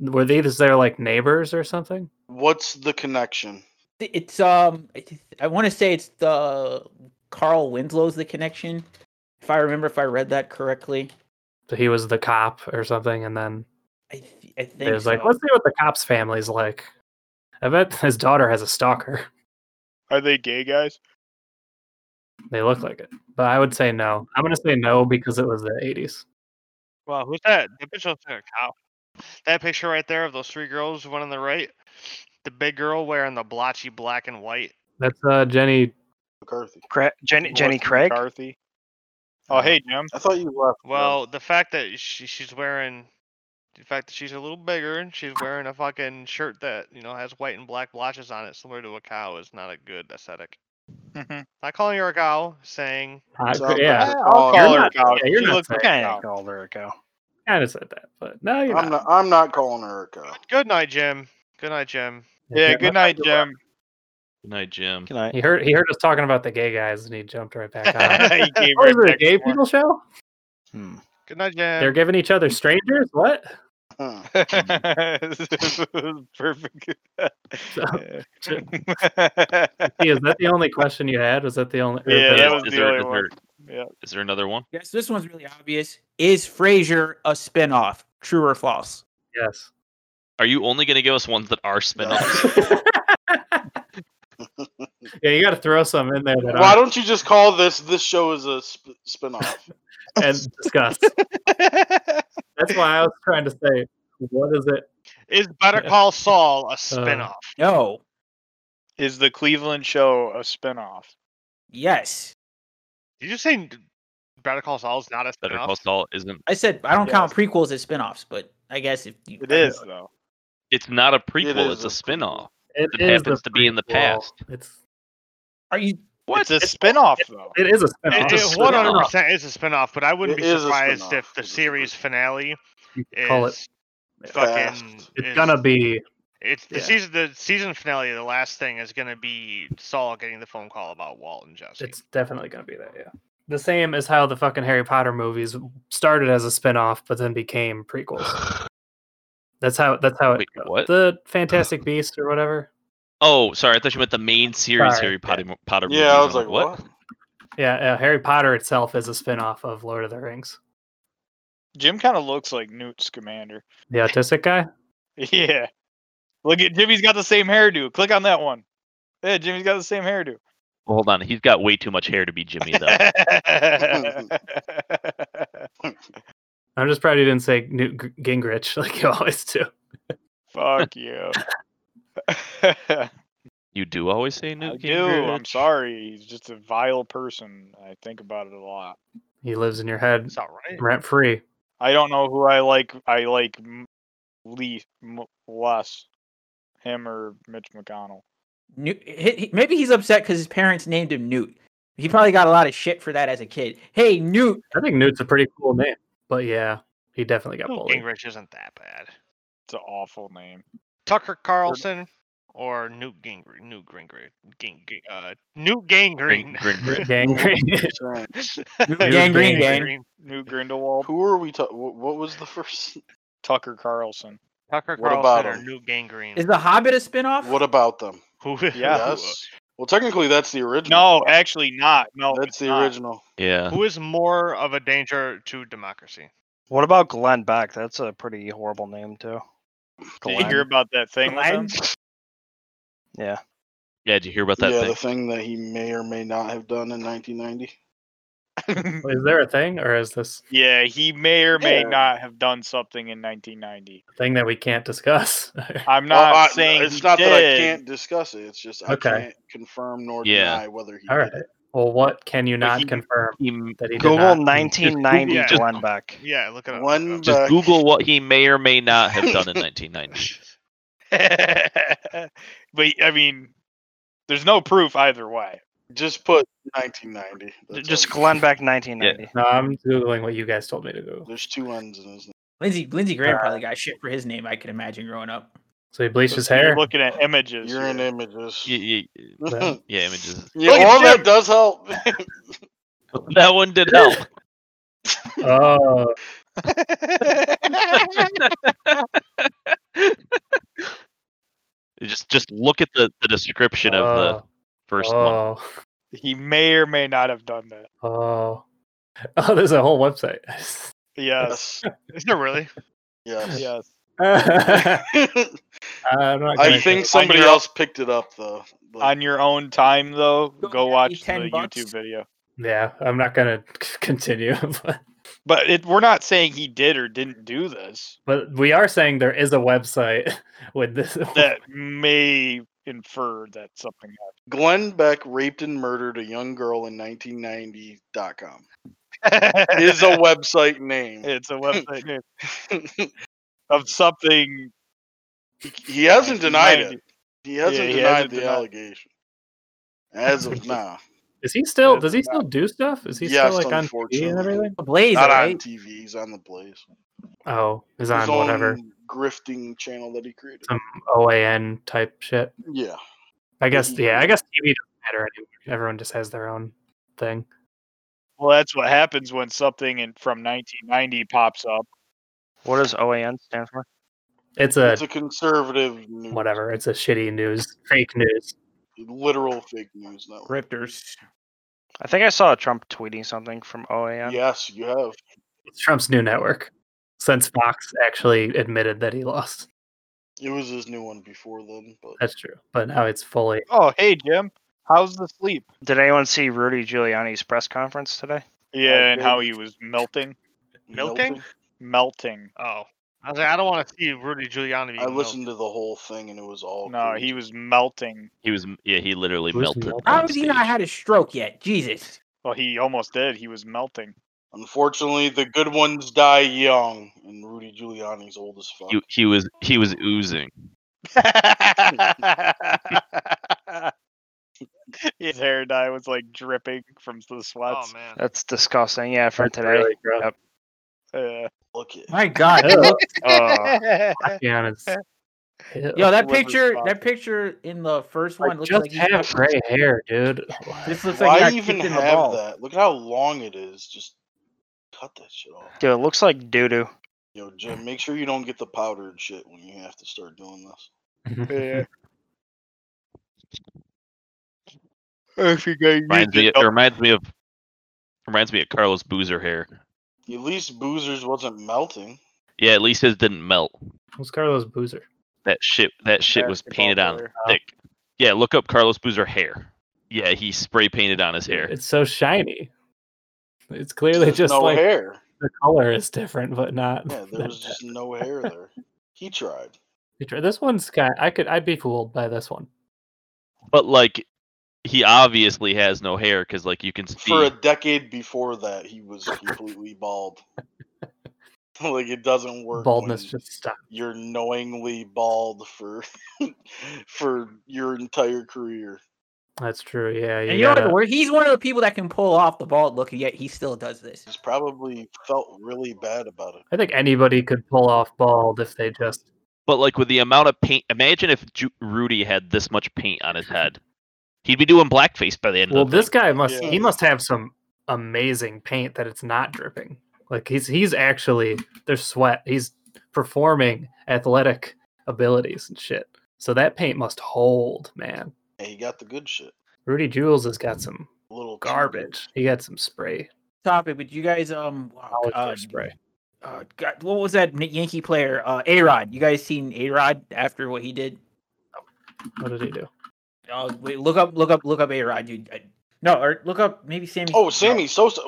S5: Were they just their like neighbors or something?
S4: What's the connection?
S2: it's um, I want to say it's the Carl Winslow's the connection. If I remember, if I read that correctly,
S5: So he was the cop or something, and then
S2: I
S5: they
S2: think
S5: was like,
S2: so.
S5: "Let's see what the cop's family's like." I bet his daughter has a stalker.
S10: Are they gay guys?
S5: They look like it, but I would say no. I'm gonna say no because it was the '80s.
S12: Wow, who's that? That picture looks like a cow. That picture right there of those three girls, one on the right, the big girl wearing the blotchy black and white.
S5: That's uh, Jenny.
S4: McCarthy.
S8: Cra- Jenny, Jenny
S12: Melissa
S8: Craig.
S10: McCarthy. Oh, hey, Jim.
S4: I thought you left.
S12: Well, the fact that she, she's wearing, the fact that she's a little bigger and she's wearing a fucking shirt that you know has white and black blotches on it, similar to a cow, is not a good aesthetic.
S10: Mm-hmm.
S12: Not calling her a cow, saying
S5: I-
S12: Sounds
S5: uh, yeah,
S12: like a I'll cow. call
S5: Oh, You're
S12: her
S5: not-
S12: cow.
S5: Yeah, you're
S12: She
S5: not
S12: looks
S5: saying
S12: like a
S5: no.
S12: cow.
S8: Called her a cow.
S5: kind of said that, but no, you're
S4: I'm
S5: not.
S4: not. I'm not calling her a cow.
S12: "Good night, Jim. Good night, Jim."
S10: Yeah, good night, Jim.
S9: Good night, Jim.
S8: Good night.
S5: He heard he heard us talking about the gay guys, and he jumped right back on.
S10: He came
S5: What
S10: right
S5: is it, a
S10: back
S5: gay
S10: for it.
S5: people show?
S12: Good night,
S5: They're
S12: Jim.
S5: giving each other strangers. What?
S4: Hmm.
S10: Perfect.
S5: So, T, is that the only question you had? Was that the only? or
S10: Yeah,
S5: the-
S10: that was
S9: Is
S10: the
S9: there-
S10: only
S9: is
S10: one.
S9: there-
S10: Yeah.
S9: Is there another one?
S2: Yes, this one's really obvious. Is Frasier a spinoff? True or false?
S5: Yes.
S9: Are you only going to give us ones that are spin-offs?
S5: Yeah, you got to throw some in there that
S4: Why
S5: aren't-
S4: don't you just call this? This show is a sp- spin-off.
S5: and discuss. That's why I was trying to say, what is it? Uh,
S12: Is Better Call Saul a spinoff?
S2: No.
S10: Is the Cleveland show a spinoff?
S2: Yes.
S12: Did you say Better Call Saul's not a
S9: Better
S12: spinoff?
S9: Call Saul isn't.
S2: I said I don't count prequels as spinoffs, but I guess if you,
S10: It is though.
S9: It's not a prequel.
S4: is
S9: it's a spinoff.
S5: It
S9: It
S5: is
S9: happens
S5: the
S9: to be in the
S5: prequel.
S9: past.
S5: It's
S2: Are you?
S10: It's a spinoff though.
S5: it is a spinoff.
S12: It,
S5: It's
S12: it
S5: a
S12: 100% is a spinoff, but I wouldn't
S4: It
S12: be
S4: is a
S12: surprised
S4: spinoff.
S12: if the series finale
S5: You could
S12: is
S5: call it.
S12: fucking.
S5: It's
S12: is-
S5: gonna be.
S12: It's the
S5: yeah.
S12: season. The season finale. The last thing is gonna be Saul getting the phone call about Walt and Jesse.
S5: It's definitely gonna be that. Yeah. The same as how the fucking Harry Potter movies started as a spinoff, but then became prequels. That's how. That's how it.
S9: Wait,
S5: goes.
S9: what?
S5: The Fantastic Beast or whatever.
S9: Oh, sorry. I thought you meant the main series
S5: Sorry,
S9: Harry Potter, mo- Potter movies.
S4: Yeah, I
S9: I'm
S4: was like, what?
S5: Yeah, uh, Harry Potter itself is a spinoff of Lord of the Rings.
S10: Jim kind of looks like Newt Scamander.
S5: The autistic guy.
S10: Yeah. Look at Jimmy's got the same hairdo. Click on that one. Yeah, Jimmy's got the same hairdo.
S9: Well, hold on. He's got way too much hair to be Jimmy, though.
S5: I'm just proud you didn't say Newt G- Gingrich like you always do.
S10: Fuck you.
S9: you do always say
S10: I
S9: Newt
S10: do. I'm
S9: Gingrich?
S10: sorry. He's just a vile person. I think about it a lot.
S5: He lives in your head,
S12: It's all right.
S5: rent free.
S10: I don't know who I like. I like m- Lee m- less, him or Mitch McConnell.
S2: Newt, he- he- maybe he's upset because his parents named him Newt. He probably got a lot of shit for that as a kid. Hey, Newt.
S5: I think Newt's a pretty cool name, but yeah, he definitely got
S12: Newt
S5: bullied.
S12: Gingrich isn't that bad.
S10: It's an awful name.
S12: Tucker Carlson or Newt Gingrich. Newt Gingrich. Ging, Ging- uh, Newt Gingrich.
S9: Gingrich.
S5: Gangrene.
S2: Gangrene
S5: Gangrene.
S2: gang.
S10: New Grindelwald.
S4: Who are we? Ta- wh- what was the first?
S10: Tucker Carlson.
S12: Tucker
S4: What
S12: Carlson
S4: about
S12: or
S4: him?
S12: Newt Gingrich.
S2: Is the Hobbit a spinoff?
S4: What about them?
S12: Who?
S10: Yeah.
S12: who-
S4: Yes. Well, technically, that's the
S9: uh,
S4: original.
S10: No, actually not. No,
S4: that's the original.
S9: Yeah.
S12: Who is more of a danger to democracy?
S8: What about Glenn Beck? That's a pretty horrible name too.
S10: Did you hear about that thing with him?
S8: Yeah.
S9: Yeah, did you hear about that
S4: yeah,
S9: thing?
S4: the thing that he may or may not have done in 1990.
S5: Is there a thing, or is this
S10: Yeah, he may or may
S4: Yeah.
S10: not have done something in 1990.
S5: a thing that we can't discuss?
S10: I'm
S4: Well,
S10: not
S4: I-
S10: saying
S4: it's
S10: he
S4: not that I
S10: did.
S4: can't discuss it. It's just I
S5: Okay.
S4: can't confirm nor
S9: Yeah.
S4: deny whether he
S5: All right.
S4: did it.
S5: Well, what can you not
S4: he-
S5: confirm that he did
S8: Google
S5: not? do?
S8: nineteen ninety
S9: Just-
S8: Glenn Beck.
S12: Yeah, look at
S4: One
S9: Just
S4: back-
S9: Google what he may or may not have done in 1990.
S10: but I mean, there's no proof either way.
S4: Just put 1990. That's
S8: Just
S4: all.
S8: Glenn Beck nineteen ninety.
S5: No, I'm googling what you guys told me to Google.
S4: There's two N's in his name.
S2: Lindsey Lindsey Graham
S5: Uh,
S2: probably got shit for his name. I could imagine growing up.
S5: So he bleached his
S10: You're
S5: hair.
S10: looking at images.
S4: You're
S10: here.
S4: in images.
S9: yeah, yeah,
S4: yeah,
S9: yeah, images.
S4: well, that does help.
S9: That one did help.
S5: Oh,
S9: Just just look at the, the description of the
S5: Oh.
S9: first one.
S5: oh,
S10: He may or may not have done that.
S5: oh, oh! There's a whole website.
S10: Yes.
S12: Is there really?
S4: Yes.
S10: yes.
S5: I'm not
S4: I
S5: gonna-
S4: think somebody
S10: On your-
S4: else picked it up though. Like,
S10: On your own time, though, go watch the
S2: 10 bucks.
S10: YouTube video.
S5: Yeah, I'm not gonna continue. But,
S10: But it, we're not saying he did or didn't do this.
S5: but we are saying there is a website with this.
S10: That may infer that something
S4: Glenn Beck raped and murdered a young girl in 1990.com
S10: happened.
S4: is a website name.
S10: it's a website name of something.
S4: he hasn't denied it. He
S10: Yeah,
S4: hasn't
S10: he
S4: denied
S10: hasn't
S4: the
S10: denied-
S4: allegation as of now.
S5: Is he still? Does he still do stuff? Is he
S4: Yes,
S5: still like on TV and
S4: unfortunately.
S5: everything?
S2: Blaze,
S4: Not on
S2: right?
S4: TV. He's on the Blaze.
S5: Oh, is on
S4: His
S5: whatever
S4: own grifting channel that he created.
S5: some OAN type shit.
S4: Yeah.
S5: I guess.
S4: he-
S5: Yeah, I guess TV doesn't matter anymore. Everyone just has their own thing.
S10: Well, that's what happens when something in, from 1990 pops up.
S8: What does OAN stand for?
S5: It's a
S4: it's a conservative, news,
S5: whatever. It's a shitty news, fake news.
S4: literal fake news network.
S2: Rifters.
S8: I think I saw Trump tweeting something from OAN.
S4: Yes, you have.
S5: It's Trump's new network since Fox actually admitted that he lost.
S4: It was his new one before then, but
S5: That's true, but now it's fully.
S10: Oh, hey Jim, how's the sleep?
S8: Did anyone see Rudy Giuliani's press conference today?
S10: Yeah,
S4: Oh,
S10: and
S4: good.
S10: how he was melting,
S12: Milking?
S10: melting.
S12: Oh, I was like, I don't want to see Rudy Giuliani.
S4: I
S12: being
S4: listened to the whole thing and it was all.
S10: No, he was melting.
S9: He was yeah, he literally
S5: Who's
S9: melted.
S5: melted?
S9: on
S2: How has he not
S9: stage.
S2: had a stroke yet? Jesus.
S10: Well, he almost did. He was melting.
S4: Unfortunately, the good ones die young, and Rudy Giuliani's old as fuck.
S9: He, he was he was oozing.
S10: His hair dye was like dripping from the
S12: Oh
S10: sweats.
S12: man.
S8: That's disgusting. Yeah, from
S5: That's
S8: today.
S5: really gross.
S8: Yep.
S10: Yeah.
S4: Look at
S2: My God.
S5: Ew.
S8: Oh,
S5: Giannis.
S2: Yo, that
S10: Whoever's
S2: picture
S10: talking.
S2: that picture in the first
S5: uh, I
S2: one looks
S5: just
S2: like he
S5: have
S2: got-
S5: gray hair, dude.
S2: this looks
S4: Why
S2: like he got
S4: even
S2: kicked in
S4: have
S2: the ball.
S4: that? Look at how long it is. Just cut that shit off.
S8: dude, it looks like doo doo.
S4: Yo, Jim, make sure you don't get the powdered shit when you have to start doing this.
S5: Mhm.
S10: Yeah. if you guys
S9: Reminds me, it reminds me of reminds me of Carlos Boozer hair.
S4: At least Boozers wasn't melting.
S9: Yeah, at least his didn't melt.
S5: Who's Carlos Boozer?
S9: That shit that shit was
S10: Basketball
S9: painted on
S10: player.
S9: thick. Yeah, look up Carlos Boozer hair. Yeah, he spray painted on his hair.
S5: It's so shiny. It's clearly
S4: There's
S5: just
S4: no
S5: like
S4: hair.
S5: the color is different, but not.
S4: Yeah, there
S5: that
S4: was just no hair there. He tried.
S5: bad. This one's kind. I could. I'd be fooled by this one.
S9: But like he obviously has no hair because like you can see
S4: For a decade before that, he was completely bald. like it doesn't work.
S5: Baldness
S4: when
S5: just stopped.
S4: You're knowingly bald for for your entire career.
S5: That's true. Yeah. You
S2: And you know what
S5: gotta-
S2: the word? He's one of the people that can pull off the bald look, and yet he still does this.
S4: He's probably felt really bad about it.
S5: I think anybody could pull off bald if they just.
S9: But like with the amount of paint, imagine if Ju- Rudy had this much paint on his head, he'd be doing blackface by the end
S5: Well,
S9: of the
S5: this guy must.
S4: Yeah.
S5: He must have some amazing paint that it's not dripping. Like he's he's actually there's sweat. He's performing athletic abilities and shit. So that paint must hold, man.
S4: And he got the good shit.
S5: Rudy Jules has got some
S4: little
S5: garbage. He got some spray.
S2: topic, but you guys, um, wow, uh,
S5: spray.
S2: uh, God, what was that Yankee player? Uh, A Rod. You guys seen A Rod after what he did?
S5: What did he do?
S2: Uh, wait, look up, look up, look up A Rod, dude. I- no, or look up maybe Sammy.
S4: Oh, Sammy Sosa.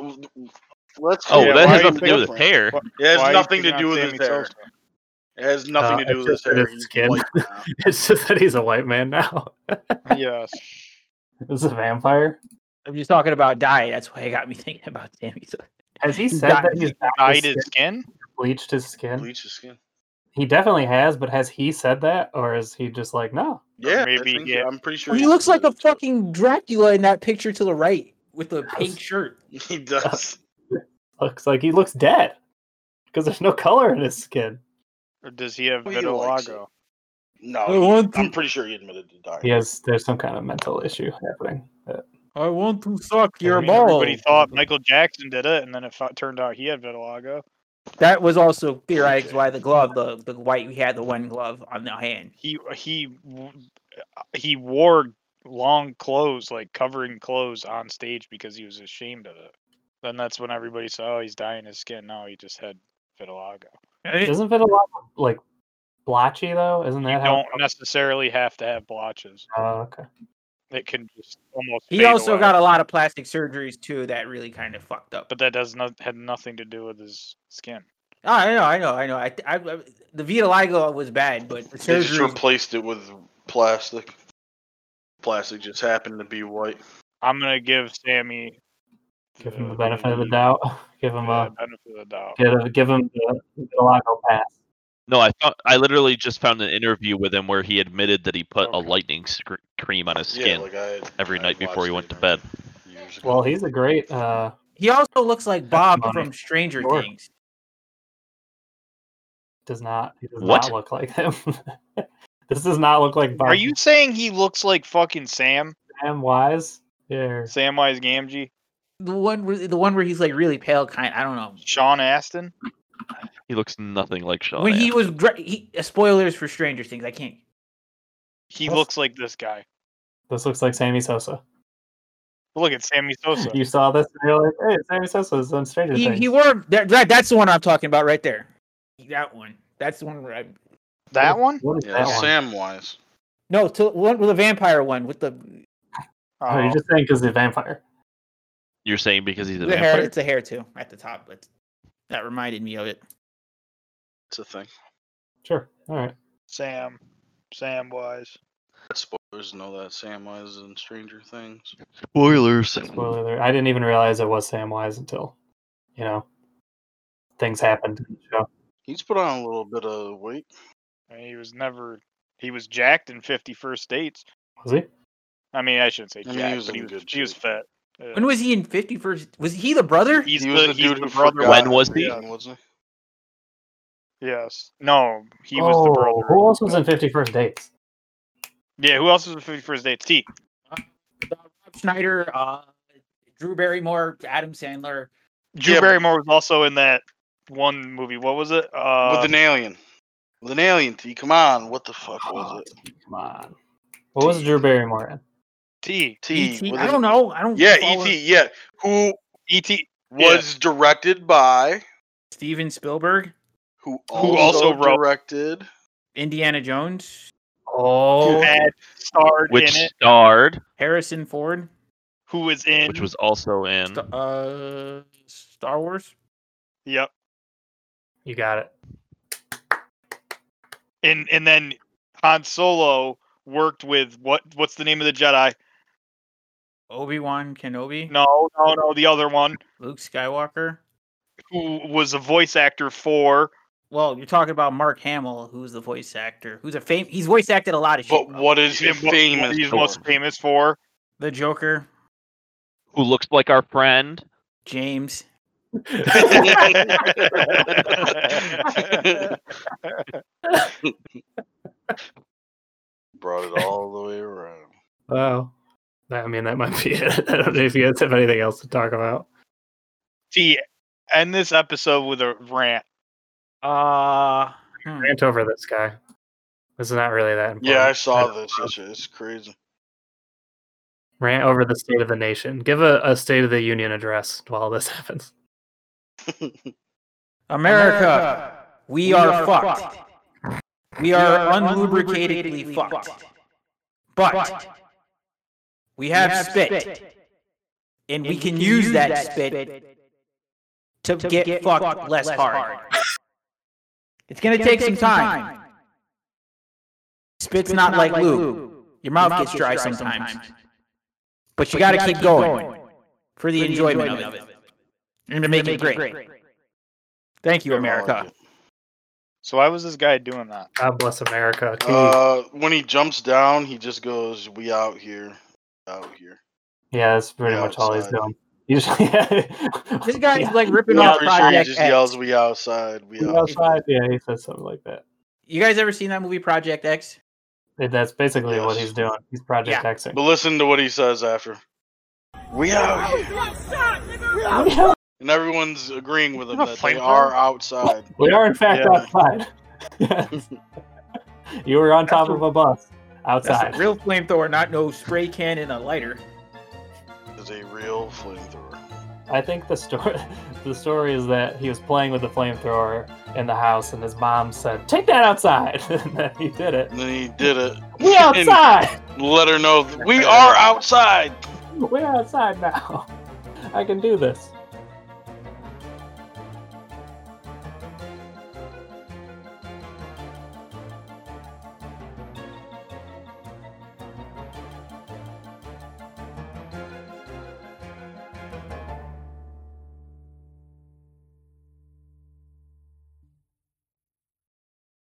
S4: Let's.
S9: Oh,
S4: yeah,
S9: that
S4: why
S9: has
S4: you
S9: nothing to do
S4: pick
S9: with
S4: up
S9: his
S4: for him?
S9: hair.
S4: Why- It
S10: Why
S4: has
S10: you
S4: nothing
S10: picking
S4: to do
S10: on
S4: with his
S10: Sammy
S4: hair.
S10: Sosa?
S4: It has nothing
S5: Uh,
S4: to do
S5: it's
S4: with his
S5: just that
S4: hair.
S5: his
S4: He's
S5: skin.
S4: white.
S5: it's just that he's a white man now.
S10: Yes.
S5: This is a vampire.
S2: I'm just talking about diet. That's why it got me thinking about Sammy. Sosa.
S5: Has he
S2: He
S5: said
S2: dyed-
S5: that he's
S2: he
S5: dyed
S10: Dyed his skin?
S5: bleached his skin?
S4: Bleach his skin.
S5: He definitely has, but has he said that, or is he just like no?
S4: Yeah,
S10: maybe,
S4: maybe.
S10: yeah.
S4: I'm pretty sure
S2: He looks like a fucking Dracula in that picture to the right with the pink shirt.
S4: he does.
S5: Looks like he looks dead because there's no color in his skin.
S10: Or does he have
S4: Well, he likes
S10: vitiligo?
S4: No,
S2: I
S4: he-
S2: want
S4: Oh, I'm pretty sure he admitted to dying.
S5: He has there's some kind of mental issue happening. Uh, that-
S2: I want to suck
S10: I
S2: your
S10: mean,
S5: Oh,
S2: balls.
S10: Everybody thought Michael Jackson did it, and then it fu- turned out he had vitiligo.
S2: That was also theorized why the glove, the the white, we had the one glove on the hand.
S10: He he w- he wore long clothes, like covering clothes, on stage because he was ashamed of it. Then that's when everybody saw, oh, he's dyeing his skin. No, he just had vitiligo.
S5: Isn't vitiligo like blotchy though? Isn't
S10: You
S5: that how?
S10: don't necessarily have to have blotches.
S5: Oh, okay.
S10: It can just almost.
S2: He
S10: fade
S2: also
S10: away.
S2: got a lot of plastic surgeries too that really kind of fucked up.
S10: but that does not had nothing to do with his skin.
S2: Oh, I know, I know, I know. I, I, I- the vitiligo was bad, but the
S4: They just
S2: surgery.
S4: replaced it with plastic. Plastic just happened to be white.
S10: I'm gonna give Sammy
S5: Give
S10: Uh,
S5: him the benefit of the doubt. Give him
S10: the
S5: a
S10: benefit of the doubt.
S5: give, give him the vitiligo pass.
S9: No, I found, I literally just found an interview with him where he admitted that he put a lightning scr- cream on his
S4: Yeah,
S9: skin
S4: like I had
S9: every night before he went to bed.
S4: years ago.
S5: Well, he's a great. uh
S2: He also looks like Bob
S5: Testimony.
S2: from Stranger
S5: Sure.
S2: Things.
S5: Does not. He does
S9: What?
S5: not look like him. this does not look like. Bob
S10: Are you saying he looks like fucking Sam?
S5: Sam Wise? Yeah.
S10: Samwise Gamgee?
S2: The one, where, the one where he's like really pale, kind. I don't know.
S10: Sean Astin?
S9: He looks nothing like Sean.
S2: when he
S9: Astin.
S2: was dre- he, uh, spoilers for Stranger Things. I can't.
S10: He
S5: That's-
S10: looks like this guy.
S5: This looks like Sammy Sosa.
S10: Look at Sammy Sosa.
S5: You saw this and you're like, hey, Sammy Sosa is on Stranger
S2: He,
S5: Things.
S2: he wore that, that. That's the one I'm talking about right there. That one. That's the one where I.
S10: Uh,
S9: Oh.
S10: that one?
S5: What is
S4: Yeah,
S5: that
S4: that's
S5: one?
S4: Sam Wise.
S2: No, to one with the vampire one with the
S5: Oh, you're
S10: Oh,
S5: just saying because the vampire.
S9: You're saying because he's a
S2: the hair.
S9: vampire?
S2: It's a hair too at the top, but that reminded me of it.
S4: It's a thing.
S5: Sure. All right.
S10: Sam. Sam Wise.
S4: Spoilers know that Sam Wise in Stranger Things.
S9: Spoilers.
S5: Spoiler alert. I didn't even realize it was Sam Wise until, you know, things happened. in the show.
S4: He's put on a little bit of weight.
S10: I mean, he was never he was jacked in fifty first dates.
S5: Was he?
S10: I mean I shouldn't say
S4: I mean,
S10: jacked,
S4: he was
S10: but he
S4: in
S10: was
S4: good
S10: he was
S4: shape.
S10: fat. Yeah.
S2: When was he in Fifty First? Was he the brother?
S10: He's
S4: he
S10: the,
S4: was the
S10: he's
S4: dude
S10: the
S4: who
S10: brother
S4: forgot
S9: When was he?
S4: everything, wasn't he?
S10: Yes. No, he was
S5: oh,
S10: the brother.
S5: Who else was in 51st Dates?
S10: Yeah, who else was in fifty first dates? T.
S2: Rob Schneider, uh, Drew Barrymore, Adam Sandler.
S10: Drew
S4: Yeah, but-
S10: Barrymore was also in that one movie. What was it? Uh,
S4: with an alien. With an alien. T. Come on. What the fuck
S10: uh,
S4: was it?
S5: Come on. What was Drew Barrymore in?
S10: T.
S4: T.
S2: E.T.
S4: with
S2: E I
S4: an-
S2: don't know. I don't.
S4: Yeah, E
S2: follow
S4: E.T. Yeah, who
S10: E.T.
S4: was directed by
S2: Steven Spielberg,
S4: who also,
S10: Who also wrote-
S4: directed
S2: Indiana Jones,
S10: Who
S5: Oh,
S10: had starred
S9: Which
S10: in it?
S9: starred,
S2: Harrison Ford,
S10: Who was in?
S5: Mm-hmm.
S9: which was also in.
S2: st- uh, Star Wars.
S10: Yep.
S5: you got it.
S10: And and then Han Solo worked with what? What's the name of the Jedi?
S2: Obi Wan Kenobi,
S10: No, no, no. The other one
S2: Luke Skywalker.
S10: who was a voice actor for.
S2: Well, you're talking about Mark Hamill, who's the voice actor, who's a fame. He's voice acted a lot of shit.
S4: But
S2: bro.
S4: what is he
S10: and what- what
S4: famous
S10: He's
S4: for?
S10: most famous for.
S2: The Joker,
S9: Who looks like our friend?
S2: James.
S4: Brought it all the way around.
S5: Wow. I mean, that might be it. I don't know if you guys have anything else to talk about.
S10: T. End this episode with a rant.
S2: Uh, hmm.
S5: Rant over this guy. This is not really that important.
S4: Yeah, I saw this. It's, it's crazy.
S5: Rant over the state of the nation. Give a, a State of the Union address while this happens.
S2: America, we,
S5: E
S2: are, fucked. We are, unlubricatedly, fucked. But, we have, spit, and we can use, that, spit, to, get, fucked, less hard. it's gonna, take, some time. Spit's, not, like lube. Your mouth, gets dry, sometimes. But you gotta, keep, going, for the enjoyment, of it. And to make, it great. Thank you, America.
S10: So why was this guy doing that?
S5: God bless America. Keep-
S4: Uh, when he jumps down, he just goes, "We out here, out here."
S5: yeah, that's pretty much all he's doing. Usually,
S2: This guy's
S5: Yeah.
S2: like ripping
S4: I'm
S2: off
S4: pretty sure he
S2: Project
S4: just
S2: X.
S4: yells, "We outside, we, out."
S5: outside. Yeah, he says something like that.
S2: You guys ever seen that movie Project X?
S5: That- That's basically what he's doing. He's Project Xing.
S4: But listen to what he says after. We out here.
S13: Oh,
S4: And everyone's agreeing with him that they are outside.
S5: We are in fact
S4: Yeah.
S5: outside. Yes. you were on top of a bus outside.
S2: That's a real flamethrower, not no spray can and a lighter.
S4: Is a real flamethrower.
S5: I think the story the story is that he was playing with the flamethrower in the house, and his mom said, "Take that outside," and then he did it.
S4: And then he did it.
S5: We
S4: And
S5: outside.
S4: Let her know th- we are outside.
S5: We're outside now. I can do this.